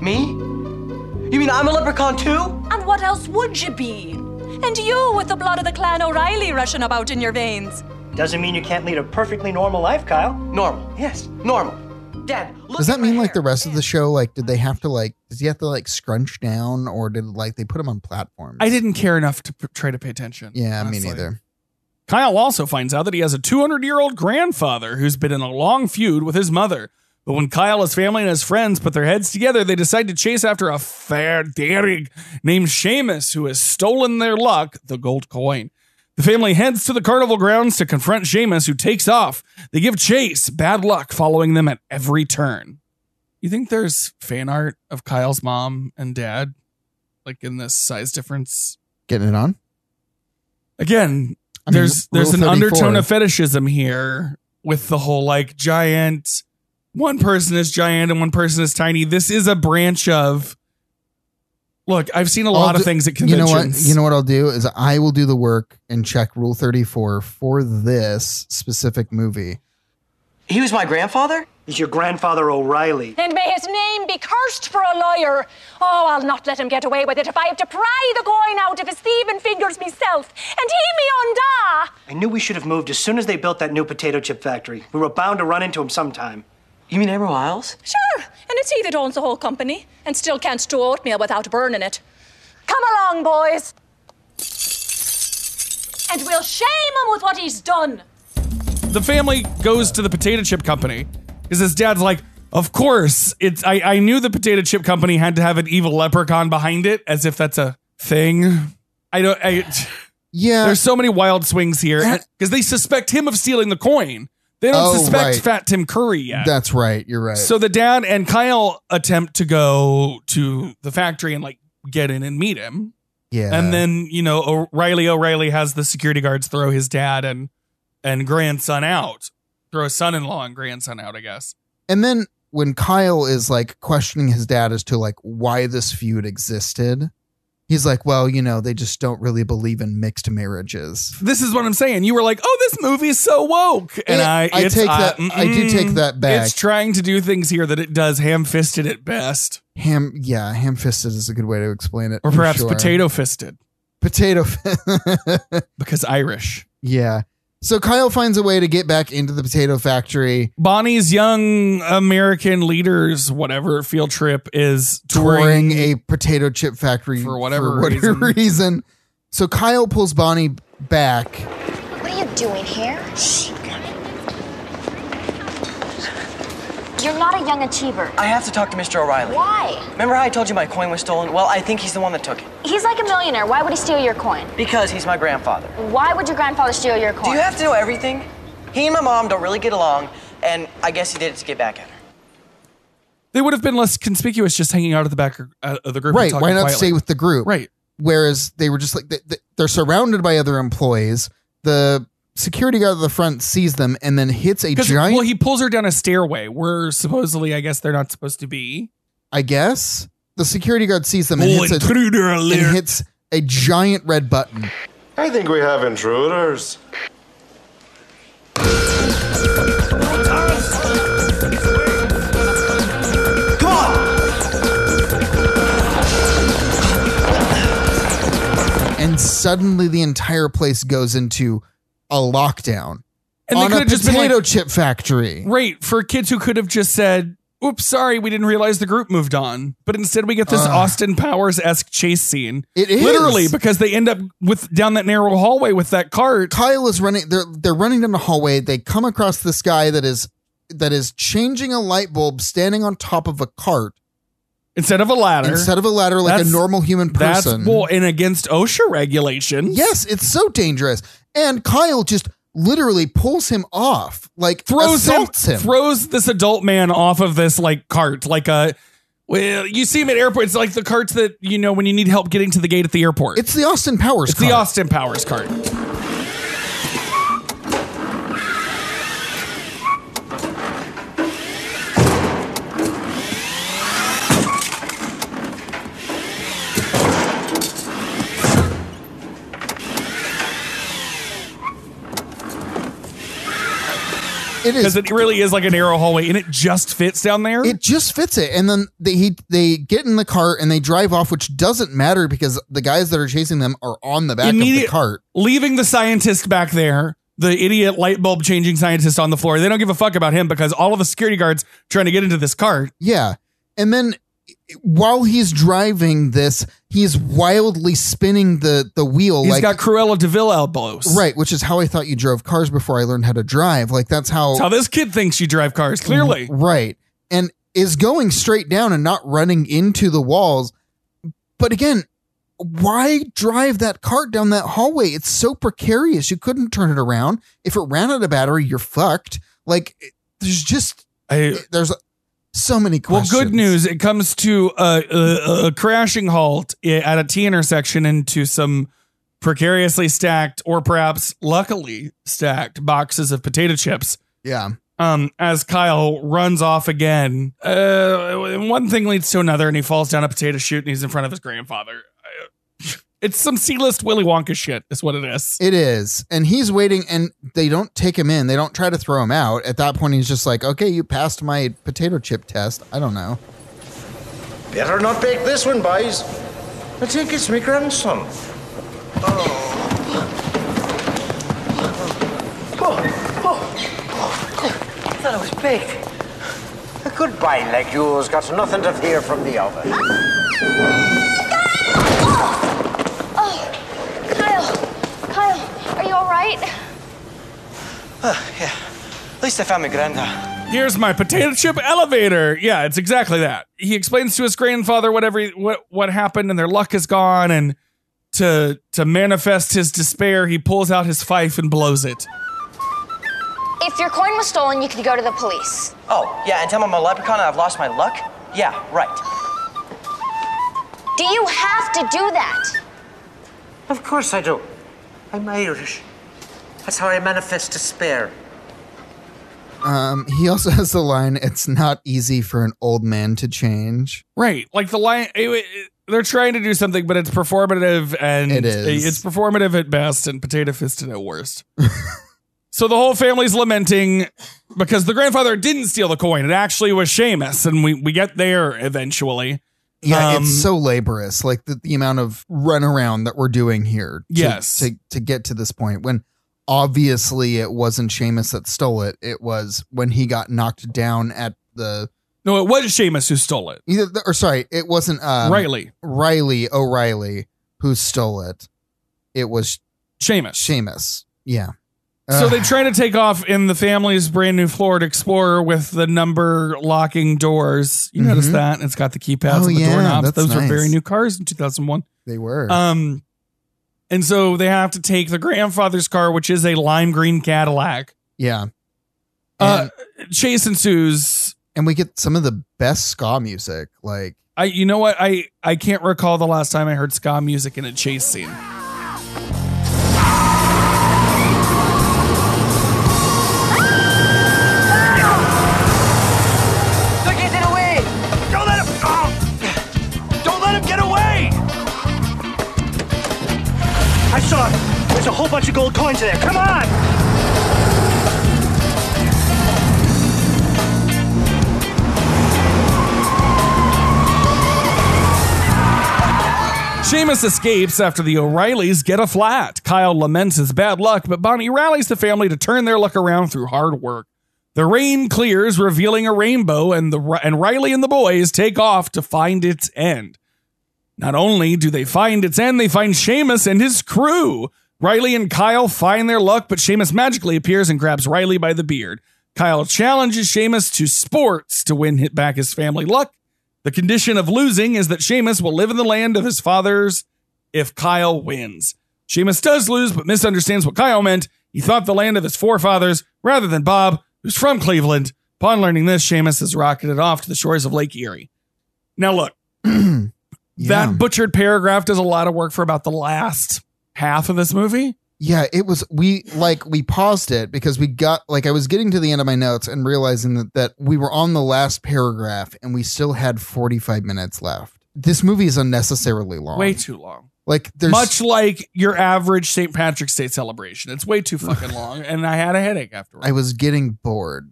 S12: Me? You mean I'm a leprechaun too?
S6: And what else would you be? And you with the blood of the Clan O'Reilly rushing about in your veins.
S4: Doesn't mean you can't lead a perfectly normal life, Kyle.
S12: Normal.
S4: Yes.
S12: Normal. Dad,
S2: Does that mean like the rest of the show? Like, did they have to like? Does he have to like scrunch down, or did like they put him on platforms?
S1: I didn't care enough to p- try to pay attention.
S2: Yeah, me
S1: honestly.
S2: neither.
S1: Kyle also finds out that he has a 200 year old grandfather who's been in a long feud with his mother. But when Kyle, his family, and his friends put their heads together, they decide to chase after a fair daring named Seamus who has stolen their luck, the gold coin. The family heads to the carnival grounds to confront Seamus, who takes off. They give chase, bad luck following them at every turn. You think there's fan art of Kyle's mom and dad, like in this size difference?
S2: Getting it on.
S1: Again,
S2: I mean,
S1: there's there's an
S2: Rule 34.
S1: undertone of fetishism here with the whole like giant. One person is giant and one person is tiny. This is a branch of. Look, I've seen a lot of
S2: I'll do-
S1: things at
S2: You know what?
S1: conventions.
S2: You know what I'll do is I will do the work and check Rule Thirty Four for this specific movie.
S12: He was my grandfather?
S4: He's your grandfather O'Reilly.
S6: And may his name be cursed for a liar. Oh, I'll not let him get away with it if I have to pry the coin out of his thieving fingers myself. And he me unda.
S4: I knew we should have moved as soon as they built that new potato chip factory. We were bound to run into him sometime.
S12: You mean Emerald Isles?
S6: Sure, and it's he that owns the whole company, and still can't do oatmeal without burning it. Come along, boys. And we'll shame him with what he's done.
S1: the family goes to the potato chip company because his dad's like, of course, it's. I, I knew the potato chip company had to have an evil leprechaun behind it, as if that's a thing. I don't. I,
S2: Yeah.
S1: There's so many wild swings here because they suspect him of stealing the coin. They don't
S2: uh, Oh,
S1: suspect
S2: right.
S1: Fat Tim Curry yet.
S2: That's right. You're right.
S1: So the dad and Kyle attempt to go to the factory and like get in and meet him.
S2: Yeah.
S1: And then, you know, O'Reilly O'Reilly has the security guards throw his dad and and grandson out. Throw son-in-law and grandson out, I guess.
S2: And then when Kyle is like questioning his dad as to like why this feud existed, he's like, well, you know, they just don't really believe in mixed marriages.
S1: This is what I'm saying. You were like, "Oh, this movie's so woke," and
S2: Yeah,
S1: I,
S2: I
S1: it's- uh,
S2: take that- I do
S1: mm-mm.
S2: take that back.
S1: It's trying to do things here that it does ham-fisted at best,
S2: Ham, yeah, ham fisted is a good way to explain it.
S1: or
S2: for
S1: perhaps
S2: sure.
S1: potato-fisted
S2: potato.
S1: because Irish.
S2: yeah. So Kyle finds a way to get back into the potato factory.
S1: Bonnie's young American leaders, whatever field trip is touring.
S2: touring a potato chip factory
S1: For whatever
S2: whatever
S1: reason.
S2: reason. So Kyle pulls Bonnie back.
S10: What are you doing here? Shh. You're not a young achiever.
S12: I have to talk to Mr. O'Reilly.
S10: Why?
S12: Remember how I told you my coin was stolen? Well, I think he's the one that took it.
S10: He's like a millionaire. Why would he steal your coin?
S12: Because he's my grandfather.
S10: Why would your grandfather steal your coin?
S12: Do you have to know everything? He and my mom don't really get along, and I guess he did it to get back at her.
S1: They would have been less conspicuous just hanging out at the back of- uh, of the group. and
S2: Right.
S1: talking
S2: Why not
S1: quietly.
S2: stay with the group?
S1: Right.
S2: Whereas they were just like, they, they- they're surrounded by other employees. The security guard at the front sees them and then hits a
S1: 'Cause,
S2: giant,
S1: Well, he pulls her down a stairway where supposedly, I guess, they're not supposed to be.
S2: I guess. The security guard sees them and,
S1: Oh,
S2: hits a,
S1: intruder
S2: and
S1: alert.
S2: hits a giant red button.
S8: I think we have intruders.
S12: Come on!
S2: And suddenly the entire place goes into a lockdown.
S1: And they
S2: on
S1: could
S2: a
S1: have just been like,
S2: potato chip factory.
S1: Right, for kids who could have just said, "Oops, sorry, we didn't realize the group moved on." But instead, we get this
S2: Ugh.
S1: Austin Powers esque chase scene.
S2: It is.
S1: literally because they end up with down that narrow hallway with that cart.
S2: Kyle is running. They're they're running down the hallway. They come across this guy that is that is changing a light bulb, standing on top of a cart
S1: instead of a ladder.
S2: instead of a ladder, like
S1: That's-
S2: a normal human
S1: That's
S2: person.
S1: well, and against OSHA regulations.
S2: yes, it's so dangerous. And Kyle just literally pulls him off, like
S1: throws him,
S2: assaults him.
S1: throws this adult man off of this like cart, like a. Well, you see him at airports, like the carts that you know when you need help getting to the gate at the airport.
S2: it's the Austin Powers.
S1: It's the Austin Powers cart.
S2: It
S1: Because it really is like a narrow hallway, and it just fits down there.
S2: It just fits it. And then they he, they get in the cart and they drive off, which doesn't matter because the guys that are chasing them are on the back of the
S1: Immediate-
S2: cart.
S1: leaving the scientist back there, the idiot light bulb changing scientist on the floor. They don't give a fuck about him because all of the security guards trying to get into this cart.
S2: Yeah. And then while he's driving this, he's wildly spinning the the wheel
S1: He's
S2: like
S1: got Cruella Deville elbows.
S2: right, which is how I thought you drove cars before I learned how to drive. Like that's how
S1: That's how this kid thinks you drive cars. Clearly,
S2: right. And is going straight down and not running into the walls. But again, why drive that cart down that hallway? It's so precarious. You couldn't turn it around. If it ran out of battery, you're fucked. Like it- there's just
S1: I-
S2: there's so many questions.
S1: Well, good news. It comes to a, a, a crashing halt i- at a T intersection into some precariously stacked, or perhaps luckily stacked, boxes of potato chips.
S2: Yeah.
S1: Um, as Kyle runs off again, uh, one thing leads to another, and he falls down a potato chute, and he's in front of his grandfather. I- It's some C-list Willy Wonka shit, is what it is.
S2: It is. And he's waiting and they don't take him in. They don't try to throw him out. At that point, he's just like, okay, you passed my potato chip test. I don't know.
S15: Better not bake this one, boys. I think it's my grandson.
S9: Oh. Oh. I thought it was baked. A good bine like you's got nothing to fear from the oven.
S10: Kyle, Kyle, are you all right?
S12: At least I found my granddad.
S1: Here's my potato chip elevator. Yeah, it's exactly that. He explains to his grandfather whatever what what happened and their luck is gone and to to manifest his despair, he pulls out his fife and blows it.
S10: If your coin was stolen, you could go to the police.
S12: Oh, yeah, and tell him I'm a leprechaun and I've lost my luck? Yeah, right.
S10: Do you have to do that?
S15: Of course I do. I'm Irish. That's how I manifest despair.
S2: Um, he also has the line, it's not easy for an old man to change.
S1: Right. Like the lion it- it- they're trying to do something but it's performative and
S2: It is.
S1: it's performative at best and potato fisted at worst. so the whole family's lamenting because the grandfather didn't steal the coin. It actually was Seamus and we we get there eventually.
S2: Yeah,
S1: Um,
S2: it's so laborious. Like the, the amount of runaround that we're doing here. To,
S1: Yes.
S2: To, to get to this point when obviously it wasn't Seamus that stole it. It was when he got knocked down at the
S1: No, it was Seamus who stole it.
S2: either the, or sorry, it wasn't um,
S1: Riley.
S2: Riley O'Reilly who stole it. It was
S1: Seamus.
S2: Seamus. Yeah.
S1: So
S2: Ugh.
S1: they try to take off in the family's brand new Florida Explorer with the number locking doors. You notice
S2: Mhm.
S1: that it's got the keypads
S2: Oh,
S1: and the
S2: yeah,
S1: doorknobs.
S2: that's
S1: Those are very
S2: nice.
S1: new cars in 2001.
S2: They were.
S1: Um, and so they have to take the grandfather's car, which is a lime green Cadillac.
S2: yeah.
S1: Uh, chase ensues.
S2: And we get some of the best ska music. Like
S1: I, you know what? I I can't recall the last time I heard ska music in a chase scene.
S9: They're getting away! Don't let him! oh. Don't let him get away! I saw it. There's a whole bunch of gold coins in there. Come on!
S1: Seamus escapes after the O'Reillys get a flat. Kyle laments his bad luck, but Bonnie rallies the family to turn their luck around through hard work. The rain clears, revealing a rainbow, and the and Riley and the boys take off to find its end. Not only do they find its end, they find Seamus and his crew. Riley and Kyle find their luck, but Seamus magically appears and grabs Riley by the beard. Kyle challenges Seamus to sports to win hit back his family luck. The condition of losing is that Seamus will live in the land of his fathers if Kyle wins. Seamus does lose, but misunderstands what Kyle meant. He thought the land of his forefathers rather than Bob, who's from Cleveland. Upon learning this, Seamus is rocketed off to the shores of Lake Erie. Now, look, that butchered paragraph does a lot of work for about the last half of this movie.
S2: Yeah, it was we like we paused it because we got like I was getting to the end of my notes and realizing that that we were on the last paragraph and we still had 45 minutes left. This movie is unnecessarily long.
S1: Way too long.
S2: Like there's
S1: Much like your average St. Patrick's Day celebration. It's way too fucking long, and I had a headache afterwards.
S2: I was getting bored.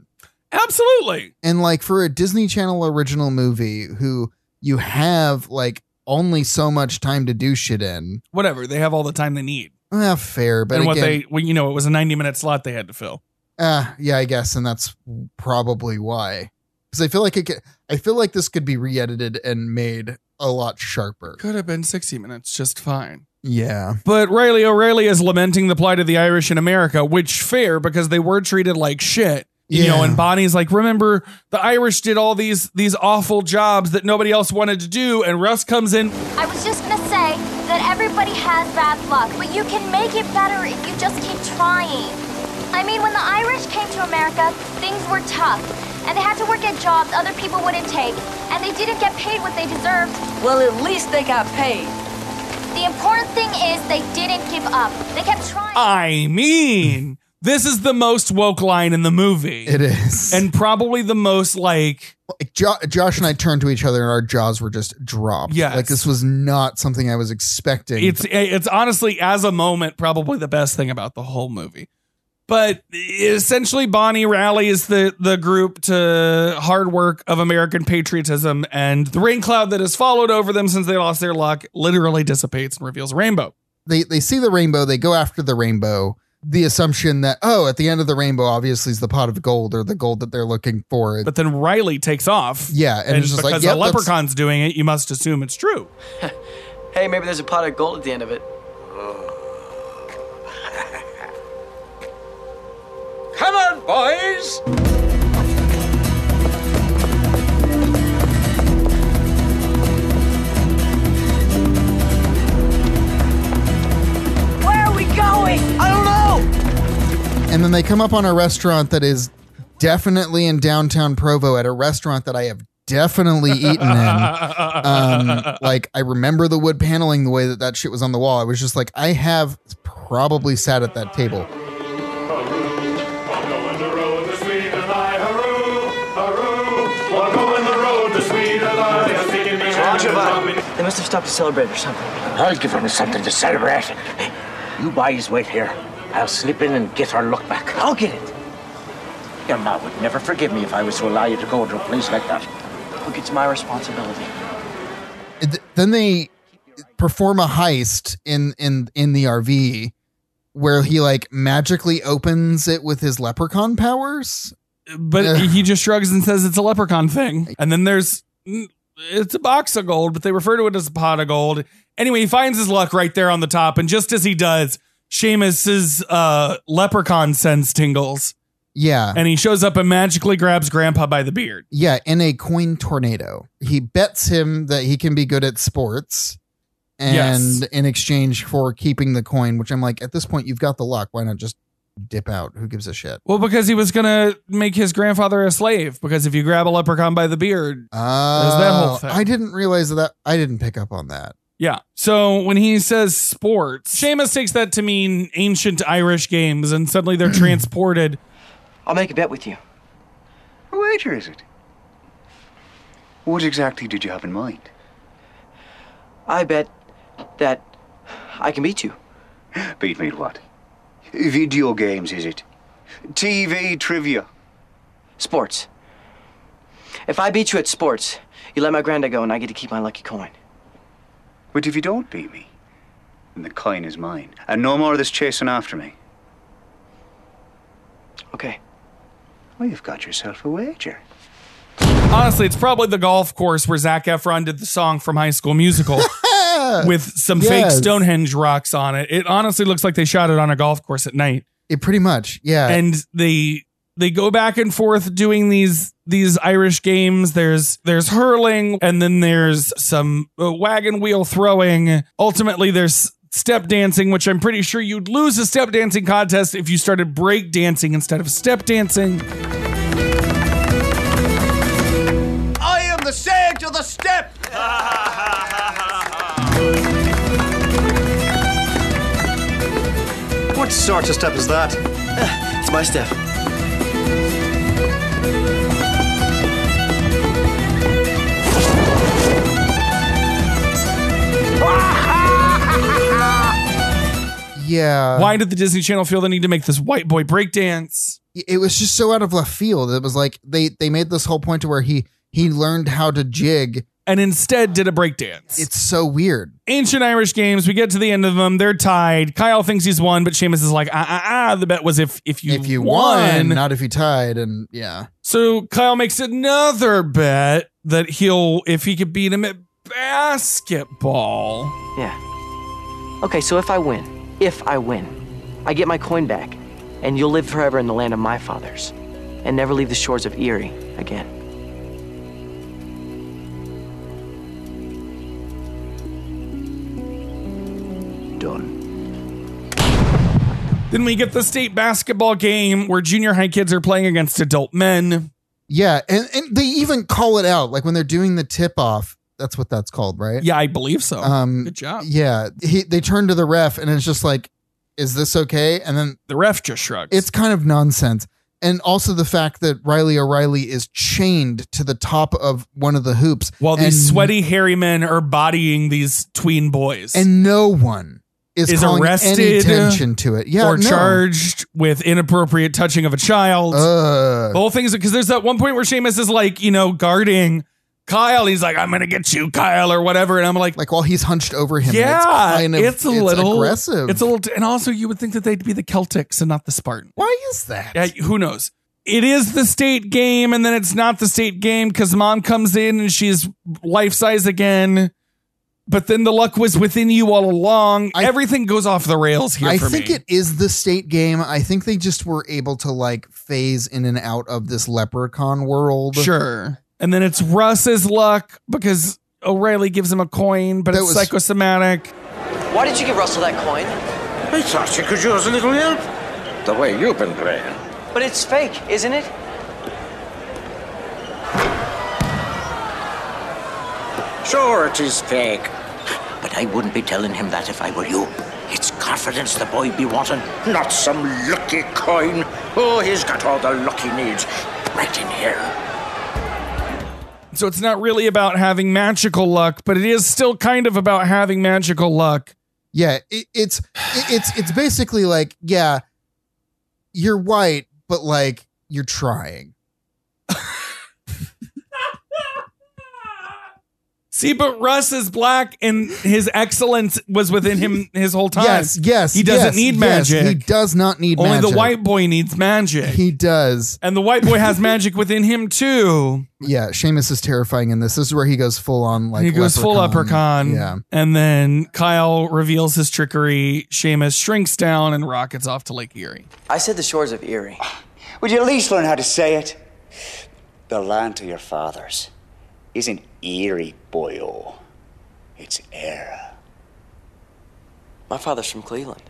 S1: Absolutely.
S2: And like for a Disney Channel original movie who you have like only so much time to do shit in.
S1: Whatever. They have all the time they need.
S2: Ah, fair, but
S1: and what
S2: again,
S1: they, well, you know, it was a 90 minute slot they had to fill.
S2: Uh, yeah, I guess, and that's probably why. Because I feel like it. Could, I feel like this could be re-edited and made a lot sharper.
S1: Could have been 60 minutes just fine.
S2: Yeah,
S1: But Riley O'Reilly is lamenting the plight of the Irish in America, which fair because they were treated like shit. You know,
S2: Yeah.
S1: and Bonnie's like, remember the Irish did all these these awful jobs that nobody else wanted to do, and Russ comes in.
S11: I was just gonna say that everybody has bad luck, but you can make it better if you just keep trying. I mean, when the Irish came to America, things were tough, and they had to work at jobs other people wouldn't take, and they didn't get paid what they deserved.
S13: Well, at least they got paid.
S11: The important thing is they didn't give up. They kept trying.
S1: I mean, this is the most woke line in the movie.
S2: it is.
S1: And probably the most like
S2: Like, jo- Josh and I turned to each other, and our jaws were just dropped.
S1: Yes.
S2: like this was not something I was expecting.
S1: it's it's honestly as a moment probably the best thing about the whole movie. But essentially, Bonnie rallies the the group to hard work of American patriotism, and the rain cloud that has followed over them since they lost their luck literally dissipates and reveals a rainbow.
S2: they they see the rainbow, they go after the rainbow. The assumption that oh, at the end of the rainbow, obviously is the pot of gold or the gold that they're looking for.
S1: But then Riley takes off.
S2: yeah, and,
S1: And,
S2: it's just
S1: because
S2: like
S1: the
S2: yeah, that's-
S1: leprechaun's doing it, you must assume it's true.
S12: Hey, maybe there's a pot of gold at the end of it.
S16: Come on, boys!
S13: Where are we going? I don't know.
S2: And then they come up on a restaurant that is definitely in downtown Provo at a restaurant that I have definitely eaten in. Um, like I remember the wood paneling, the way that that shit was on the wall. I was just like, I have probably sat at that table.
S12: They must have stopped to celebrate or something.
S17: I'll give him something to celebrate. You boys wait here. I'll slip in and get our look back. I'll get it. Your ma would never forgive me if I was to allow you to go to a place like that.
S12: Look, it's my responsibility.
S2: Th- Then they perform a heist in in in the RV where he like magically opens it with his leprechaun powers.
S1: But he just shrugs and says it's a leprechaun thing. And then there's it's a box of gold, but they refer to it as a pot of gold. Anyway, he finds his luck right there on the top, and just as he does, Seamus's uh, leprechaun sense tingles,
S2: Yeah.
S1: and he shows up and magically grabs Grandpa by the beard.
S2: Yeah, in a coin tornado. He bets him that he can be good at sports. And
S1: Yes.
S2: in exchange for keeping the coin, which I'm like, at this point, you've got the luck. Why not just dip out? Who gives a shit?
S1: Well, because he was gonna make his grandfather a slave. Because if you grab a leprechaun by the beard,
S2: Uh,
S1: that whole thing.
S2: I didn't realize that. I didn't pick up on that.
S1: Yeah. So when he says sports, Seamus takes that to mean ancient Irish games, and suddenly they're transported.
S12: I'll make a bet with you.
S16: A wager, is it? What exactly did you have in mind?
S12: I bet that I can beat you.
S16: Beat me at what? Video games, is it? TV trivia.
S12: Sports. If I beat you at sports, you let my granddad go and I get to keep my lucky coin.
S16: But if you don't beat me, then the coin is mine. And no more of this chasing after me.
S12: Okay.
S16: Well, you've got yourself a wager.
S1: Honestly, it's probably the golf course where Zach Efron did the song from High School Musical with some fake
S2: Yes.
S1: Stonehenge rocks on it. It honestly looks like they shot it on a golf course at night.
S2: It pretty much, yeah.
S1: And they they go back and forth doing these these Irish games. There's there's hurling, and then there's some uh, wagon wheel throwing. Ultimately, there's step dancing, which I'm pretty sure you'd lose a step dancing contest if you started break dancing instead of step dancing.
S9: I am the sage of the step.
S16: What sort of step is that?
S12: It's my step.
S2: yeah. Uh.
S1: Why did the Disney Channel feel the need to make this white boy breakdance?
S2: It was just so out of left field. It was like they they made this whole point to where he he learned how to jig.
S1: And instead did a breakdance.
S2: It's so weird.
S1: Ancient Irish games. We get to the end of them. They're tied. Kyle thinks he's won, but Seamus is like, ah, ah, ah. The bet was if if you
S2: If you
S1: won.
S2: won, not if you tied, and yeah.
S1: so Kyle makes another bet that he'll if he could beat him at basketball.
S12: Yeah. Okay, so if I win, if I win, I get my coin back, and you'll live forever in the land of my fathers, and never leave the shores of Erie again.
S16: Done.
S1: Then we get the state basketball game where junior high kids are playing against adult men.
S2: Yeah, and, and they even call it out. Like when they're doing the tip off, that's what that's called, right?
S1: Yeah, I believe so.
S2: Um,
S1: Good job.
S2: Yeah. He, they turn to the ref and it's just like, is this okay? And then
S1: The ref just shrugs.
S2: it's kind of nonsense. And also the fact that Riley O'Reilly is chained to the top of one of the hoops.
S1: While
S2: and-
S1: these sweaty, hairy men are bodying these tween boys.
S2: And no one is,
S1: Is
S2: calling any
S1: arrested, uh,
S2: attention to it. Yeah.
S1: or
S2: no.
S1: charged with inappropriate touching of a child.
S2: Ugh.
S1: the whole thing is because there's that one point where Seamus is like, you know, guarding Kyle. He's like, I'm going to get you, Kyle, or whatever. And I'm like,
S2: Like while he's hunched over him.
S1: yeah,
S2: it's, kind of,
S1: it's a little
S2: aggressive.
S1: It's a little, and also you would think that they'd be the Celtics and not the Spartans.
S2: Why is that?
S1: Yeah, who knows? It is the state game, and then it's not the state game because mom comes in and she's life size again. But then the luck was within you all along. Everything goes off the rails here.
S2: I
S1: for
S2: think
S1: me.
S2: it is the state game. I think they just were able to like phase in and out of this leprechaun world.
S1: Sure. And then it's Russ's luck because O'Reilly gives him a coin, but
S2: That
S1: it's
S2: was-
S1: psychosomatic.
S12: Why did you give Russell that coin?
S17: I thought you could use a little help. The way you've been playing.
S12: But it's fake, isn't it?
S17: Sure, it is fake. But I wouldn't be telling him that if I were you. It's confidence the boy be wanting, not some lucky coin. Oh, he's got all the luck he needs right in here.
S1: So it's not really about having magical luck, but it is still kind of about having magical luck.
S2: Yeah, it, it's it, it's it's basically like yeah, you're white, but like you're trying.
S1: See, but Russ is black and his excellence was within him his whole time.
S2: Yes, yes.
S1: He doesn't
S2: yes,
S1: need
S2: yes,
S1: magic.
S2: He does not need
S1: Only
S2: magic.
S1: the white boy needs magic.
S2: He does.
S1: and the white boy has magic within him too.
S2: Yeah, Seamus is terrifying in this. This is where he goes full on like
S1: he goes full uppercon.
S2: Yeah.
S1: And then Kyle reveals his trickery. Seamus shrinks down and rockets off to Lake Erie.
S12: I said the shores of Erie.
S16: Would you at least learn how to say it? The land to your fathers isn't eerie, boyo. It's air.
S12: My father's from Cleveland.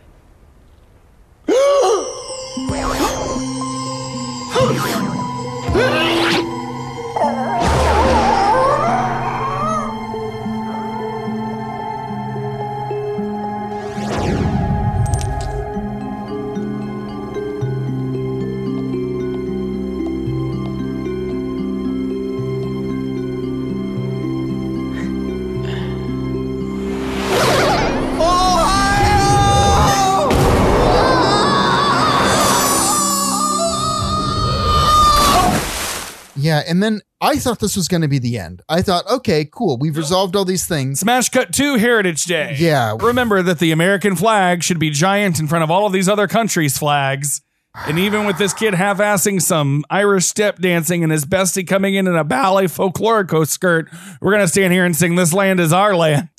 S2: Yeah, and then I thought this was going to be the end. I thought, okay, cool, we've resolved all these things.
S1: Smash cut to Heritage Day.
S2: Yeah.
S1: Remember that the American flag should be giant in front of all of these other countries' flags. And even with this kid half assing some Irish step dancing and his bestie coming in in a ballet folklorico skirt, we're going to stand here and sing, This Land is Our Land.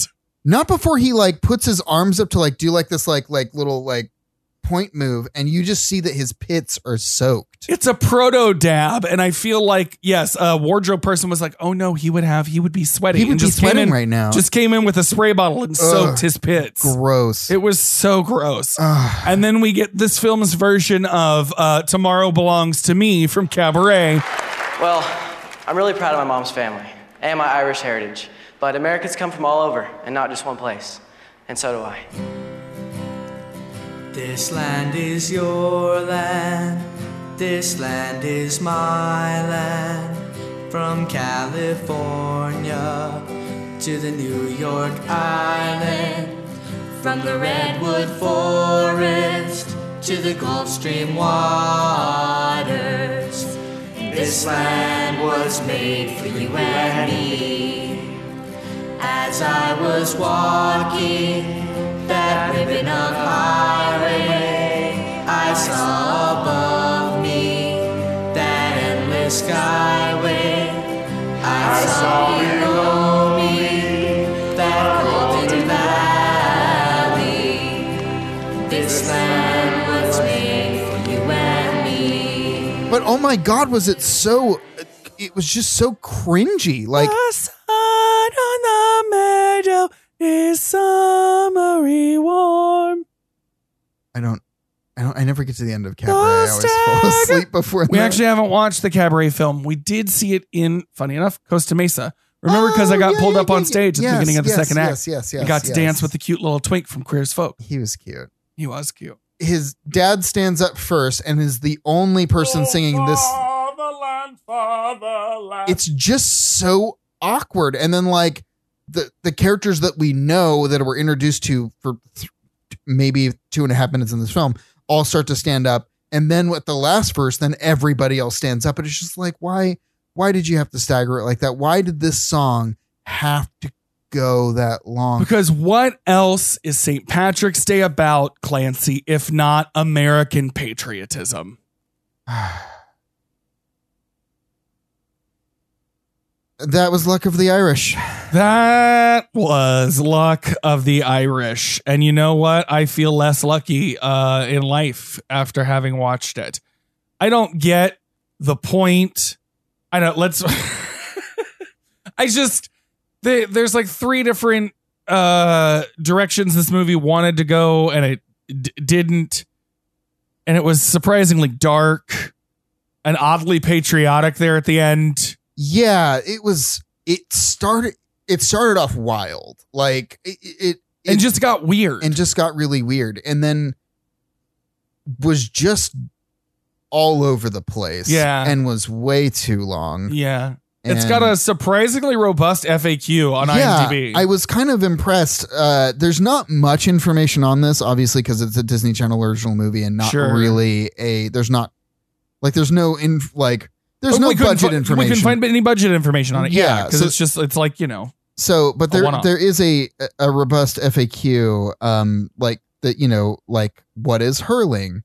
S2: Not before he like puts his arms up to like do like this like like little like point move, and you just see that his pits are soaked.
S1: It's a proto dab, and I feel like yes, a wardrobe person was like, "Oh no, he would have, he would be sweating.
S2: He would
S1: and
S2: be
S1: came
S2: sweating
S1: in-
S2: right now.
S1: Just came in with a spray bottle and soaked
S2: Ugh,
S1: his pits.
S2: Gross.
S1: It was so gross. And then we get this film's version of uh, "Tomorrow Belongs to Me" from Cabaret.
S3: Well, I'm really proud of my mom's family and my Irish heritage, but Americans come from all over and not just one place. And so do I.
S18: This land is your land. This land is my land. From California to the New York island. From the redwood forest to the Gulf Stream waters. This land was made for you and me. As I was walking that ribbon of highway I saw above me that endless skyway I saw below me that golden valley This land was made for you and me
S2: But oh my god, was it so? It was just so cringy. Like
S1: on the meadow is summery warm.
S2: I don't, I don't, I never get to the end of cabaret. I always fall asleep before.
S1: We
S2: that.
S1: actually haven't watched the cabaret film. We did see it in, funny enough, Costa Mesa. Remember,
S2: Oh,
S1: because I got pulled up on stage at
S2: Yes,
S1: the beginning of the
S2: yes,
S1: second act.
S2: yes, yes,
S1: and
S2: yes,
S1: got to
S2: yes.
S1: dance with the cute little twink from Queer as Folk.
S2: He was cute.
S1: He was cute.
S2: his dad stands up first and is the only
S1: Oh,
S2: person singing this. It's just so awkward. And then like the the characters that we know that were introduced to for th- maybe two and a half minutes in this film all start to stand up. And then with the last verse, then everybody else stands up. And it's just like, why why did you have to stagger it like that? Why did this song have to go that long?
S1: Because what else is St. Patrick's Day about, Clancy, if not American patriotism?
S2: That was luck of the Irish.
S1: That was luck of the Irish. And you know what? I feel less lucky uh, in life after having watched it. I don't get the point. I don't, let's, I just, they, there's like three different uh, directions this movie wanted to go, and it d- didn't. And it was surprisingly dark and oddly patriotic there at the end.
S2: yeah it was it started it started off wild like it it, it
S1: and just got weird
S2: and just got really weird and then was just all over the place
S1: Yeah.
S2: and was way too long
S1: Yeah. it's
S2: And-
S1: got a surprisingly robust FAQ on
S2: yeah,
S1: IMDb.
S2: I was kind of impressed. Uh, there's not much information on this, obviously, because it's a Disney Channel original movie and not
S1: Sure.
S2: really a. There's not like there's no in like there's
S1: But
S2: no
S1: we couldn't
S2: budget
S1: fi-
S2: information.
S1: We can find any budget information on it. Yeah,
S2: Yeah,
S1: because
S2: so-
S1: it's just it's like you know.
S2: So, but
S1: A
S2: there
S1: one-off.
S2: there is a a robust FAQ, um, like that you know, like what is hurling,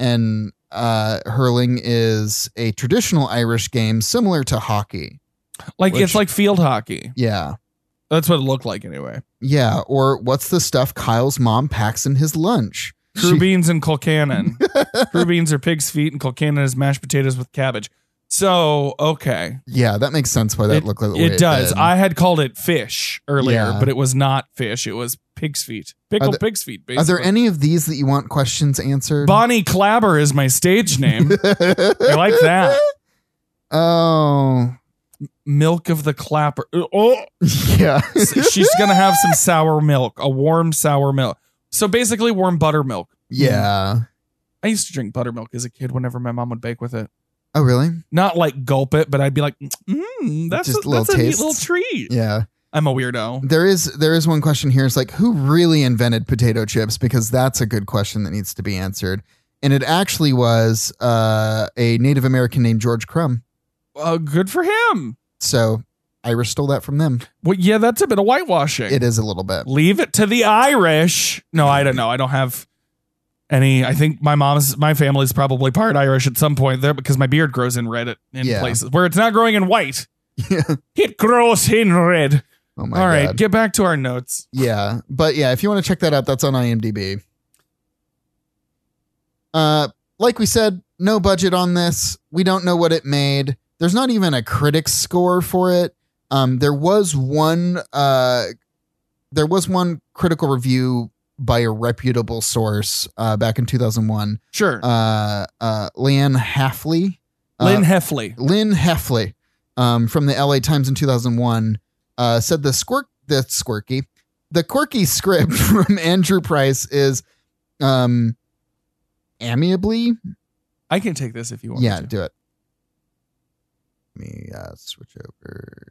S2: and uh, hurling is a traditional Irish game similar to hockey.
S1: Like it's
S2: Which-
S1: like field hockey.
S2: Yeah,
S1: That's what it looked like anyway.
S2: yeah. Or what's the stuff Kyle's mom packs in his lunch?
S1: Crew beans and colcannon. Crew beans are pig's feet, and colcannon is mashed potatoes with cabbage. So okay,
S2: Yeah, that makes sense why Oh, that looked like the way
S1: it does.
S2: did.
S1: I had called it fish earlier,
S2: Yeah.
S1: but it was not fish. It was pig's feet, pickled
S2: there-
S1: pig's feet. Basically.
S2: Are there any of these that you want questions answered?
S1: Bonnie Clabber is my stage name. I like that.
S2: Oh,
S1: Milk of the Clapper. Oh,
S2: yeah.
S1: She's going to have some sour milk, a warm sour milk. So basically, warm buttermilk.
S2: yeah.
S1: I used to drink buttermilk as a kid whenever my mom would bake with it.
S2: Oh, really?
S1: Not like gulp it, but I'd be like, mm, that's,
S2: Just
S1: a,
S2: little
S1: that's a neat
S2: tastes.
S1: little treat.
S2: Yeah.
S1: I'm a weirdo.
S2: There is there is one question here. It's like who really invented potato chips? Because that's a good question that needs to be answered. And it actually was uh, a Native American named George Crumb.
S1: Uh, good for him.
S2: So Irish stole that from them.
S1: Well, yeah, that's a bit of whitewashing.
S2: It is a little bit.
S1: Leave it to the Irish. No, I don't know. I don't have any. I think my mom's, my family's probably part Irish at some point there because my beard grows in red at, in
S2: Yeah.
S1: places where it's not growing in white. it grows in red.
S2: Oh my
S1: All right,
S2: God.
S1: get back to our notes.
S2: Yeah, but yeah, if you want to check that out, that's on IMDb. Uh, like we said, no budget on this. We don't know what it made. There's not even a critics score for it. Um, there was one. Uh, there was one critical review by a reputable source uh, back in 2001.
S1: Sure.
S2: Uh, uh, Leanne Hafley.
S1: Lynn
S2: Uh,
S1: Heffley.
S2: Lynn Heffley um, from the LA Times in 2001 uh, said the squirk the squirky the quirky script from Andrew Price is um, amiably
S1: I can take this if you want.
S2: yeah
S1: to.
S2: do it let me uh, switch over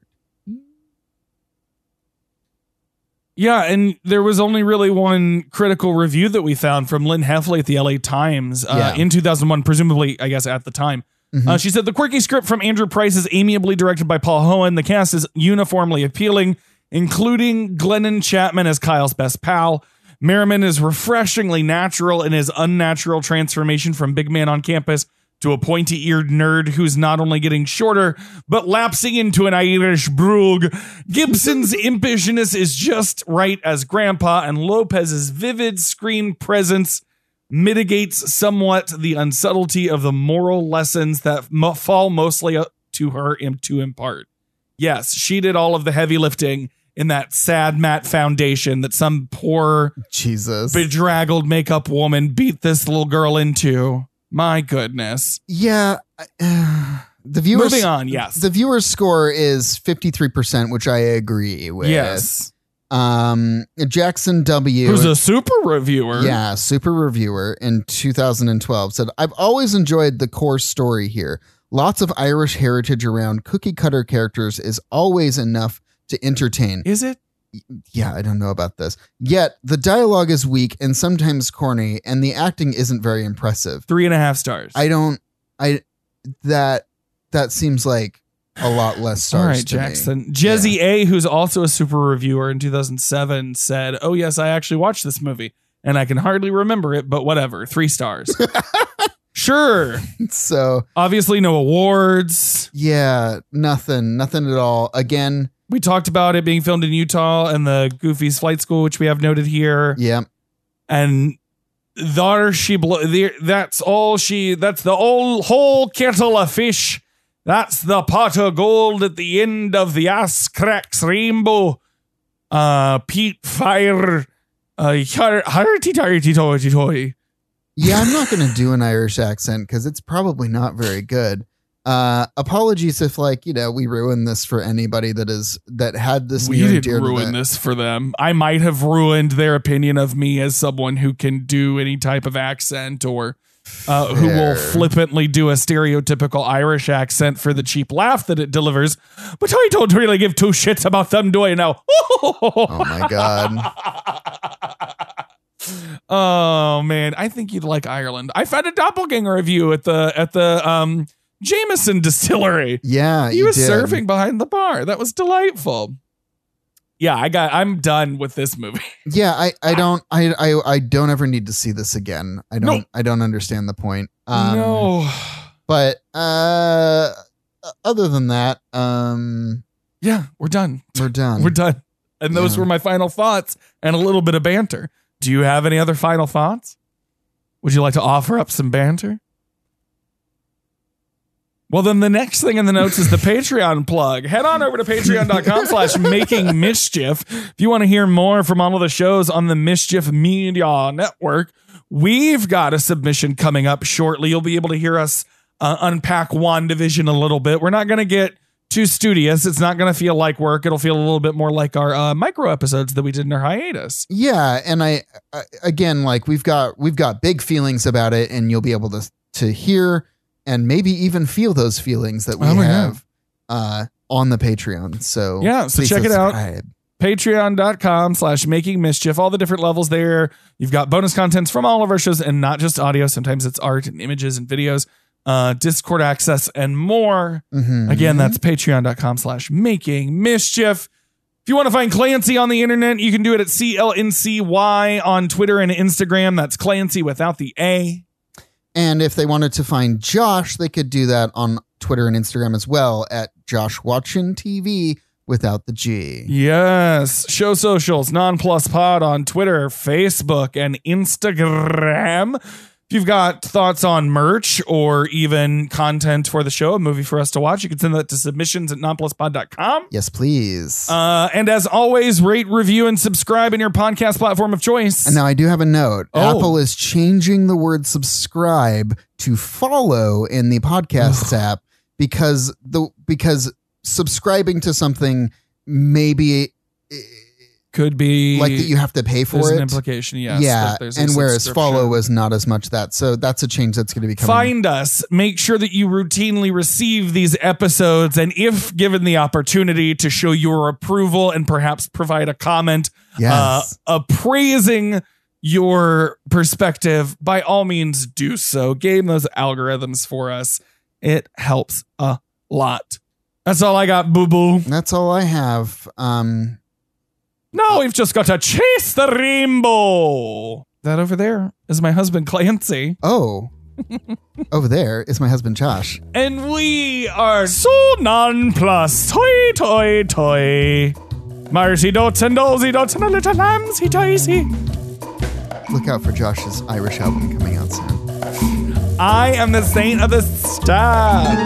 S1: Yeah, and there was only really one critical review that we found from Lynn Heffley at the LA Times uh,
S2: Yeah.
S1: in 2001, presumably, I guess, at the time.
S2: Mhm.
S1: Uh, she said the quirky script from Andrew Price is amiably directed by Paul Hohen. The cast is uniformly appealing, including Glennon Chapman as Kyle's best pal. Merriman is refreshingly natural in his unnatural transformation from big man on campus to a pointy eared nerd who's not only getting shorter, but lapsing into an Irish brug. Gibson's impishness is just right as grandpa, and Lopez's vivid screen presence mitigates somewhat the unsubtlety of the moral lessons that mo- fall mostly up to her im- to impart. Yes, she did all of the heavy lifting in that sad matte foundation that some poor
S2: Jesus
S1: bedraggled makeup woman beat this little girl into. My goodness.
S2: yeah I- the viewers
S1: Moving on, yes.
S2: the viewers score is 53% which I agree with
S1: Yes.
S2: um Jackson W
S1: Who's a super reviewer?
S2: Yeah, super reviewer in 2012 said, I've always enjoyed the core story here. Lots of Irish heritage around cookie cutter characters is always enough to entertain.
S1: Is it?
S2: Yeah, I don't know about this. Yet, the dialogue is weak and sometimes corny, and the acting isn't very impressive.
S1: Three and a half stars.
S2: I don't, I, that, that seems like a lot less stars.
S1: All right,
S2: to me.
S1: Jackson. Jezzy A, who's also a super reviewer in 2007, said, Oh, yes, I actually watched this movie and I can hardly remember it, but whatever. Three stars. sure.
S2: So,
S1: Obviously, no awards.
S2: yeah, nothing, nothing at all. Again,
S1: We talked about it being filmed in Utah and the Goofy's Flight School, which we have noted here.
S2: yeah.
S1: And there she blo- there, that's all she that's the all whole kettle of fish. That's the pot of gold at the end of the ass cracks rainbow. Uh peat fire uh har- harty tarty toity toity.
S2: Yeah, I'm not going to do an Irish accent because it's probably not very good. Uh, apologies if, like, you know, we ruined this for anybody that is that had this.
S1: We
S2: near and dear
S1: didn't
S2: to
S1: ruin
S2: them.
S1: this for them. I might have ruined their opinion of me as someone who can do any type of accent or uh, who will
S2: Fair.
S1: flippantly do a stereotypical Irish accent for the cheap laugh that it delivers. But I don't really give two shits about them, do I now?
S2: Oh my god!
S1: Oh man, I think you'd like Ireland. I found a doppelganger of you at the at the um Jameson Distillery.
S2: Yeah,
S1: He
S2: you
S1: was
S2: did.
S1: surfing behind the bar. That was delightful. Yeah, I got. I'm done with this movie.
S2: Yeah, I, I don't, I, I, I don't ever need to see this again. I don't,
S1: No.
S2: I don't understand the point. Um,
S1: no.
S2: but uh, other than that, um,
S1: Yeah, we're done.
S2: we're done.
S1: We're done. And those
S2: Yeah.
S1: were my final thoughts and a little bit of banter. Do you have any other final thoughts? Would you like to offer up some banter? Well, then the next thing in the notes is the Patreon plug. Head on over to patreon.com slash making mischief. If you want to hear more from all of the shows on the Mischief Media Network, we've got a submission coming up shortly. You'll be able to hear us uh, unpack WandaVision a little bit. We're not going to get too studious. It's not going to feel like work. It'll feel a little bit more like our uh, micro episodes that we did in our hiatus.
S2: yeah and I, I again like we've got we've got big feelings about it and you'll be able to to hear and maybe even feel those feelings that we
S1: Oh, yeah.
S2: have uh on the patreon so
S1: Yeah, so
S2: please
S1: check it out.
S2: subscribe.
S1: patreon.com slash making mischief all the different levels there you've got bonus contents from all of our shows and not just audio sometimes it's art and images and videos uh, Discord access, and more.
S2: Mhm.
S1: Again, that's patreon.com slash making mischief. If you want to find Clancy on the internet, you can do it at CLNCY on Twitter and Instagram. That's Clancy without the A.
S2: And if they wanted to find Josh, they could do that on Twitter and Instagram as well at Josh Watchin TV without the G.
S1: Yes. Show socials, Nonplus Pod on Twitter, Facebook, and Instagram. If you've got thoughts on merch or even content for the show, a movie for us to watch, you can send that to submissions at nonpluspod.com.
S2: Yes, please.
S1: Uh, and as always, rate, review, and subscribe in your podcast platform of choice.
S2: And now I do have a note.
S1: Oh.
S2: Apple is changing the word subscribe to follow in the podcasts app because the because subscribing to something maybe
S1: could be
S2: like that you have to pay for
S1: there's
S2: it.
S1: an implication, yes,
S2: Yeah.
S1: that there's a
S2: And whereas
S1: subscription.
S2: follow was not as much that. So that's a change that's going to be coming.
S1: Find us. Make sure that you routinely receive these episodes. And if given the opportunity to show your approval and perhaps provide a comment
S2: Yes.
S1: uh, appraising your perspective, by all means do so. Game those algorithms for us. It helps a lot. That's all I got, boo boo.
S2: That's all I have. Um,
S1: Now we've just got to chase the rainbow. That over there is my husband, Clancy.
S2: Oh. Over there is my husband Josh.
S1: And we are so nonplussed. Toy, toy, toy. Marty dots and dozy dots and a little lambsy daisy.
S2: Look out for Josh's Irish album coming out soon.
S1: I am the saint of the star.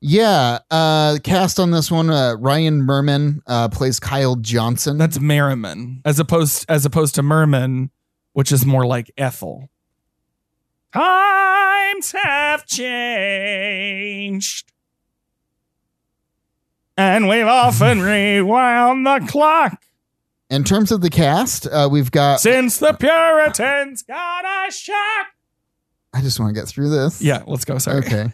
S2: Yeah, uh, cast on this one, uh, Ryan Merman uh, plays Kyle Johnson.
S1: That's Merriman, as opposed as opposed to Merman, which is more like Ethel. Times have changed. And we've often rewound the clock
S2: In terms of the cast, uh, we've got.
S1: since the Puritans got a shock.
S2: I just want to get through this.
S1: Yeah, let's go. Sorry.
S2: Okay.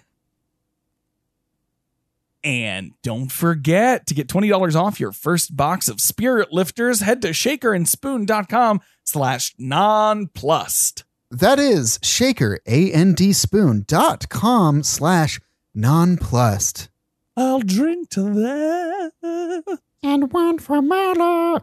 S1: And don't forget to get $20 off your first box of spirit lifters. Head to shakerandspoon.com slash nonplussed.
S2: That is shaker, A-N-D spoon dot com slash nonplussed.
S1: I'll drink to that.
S2: And one for Marla.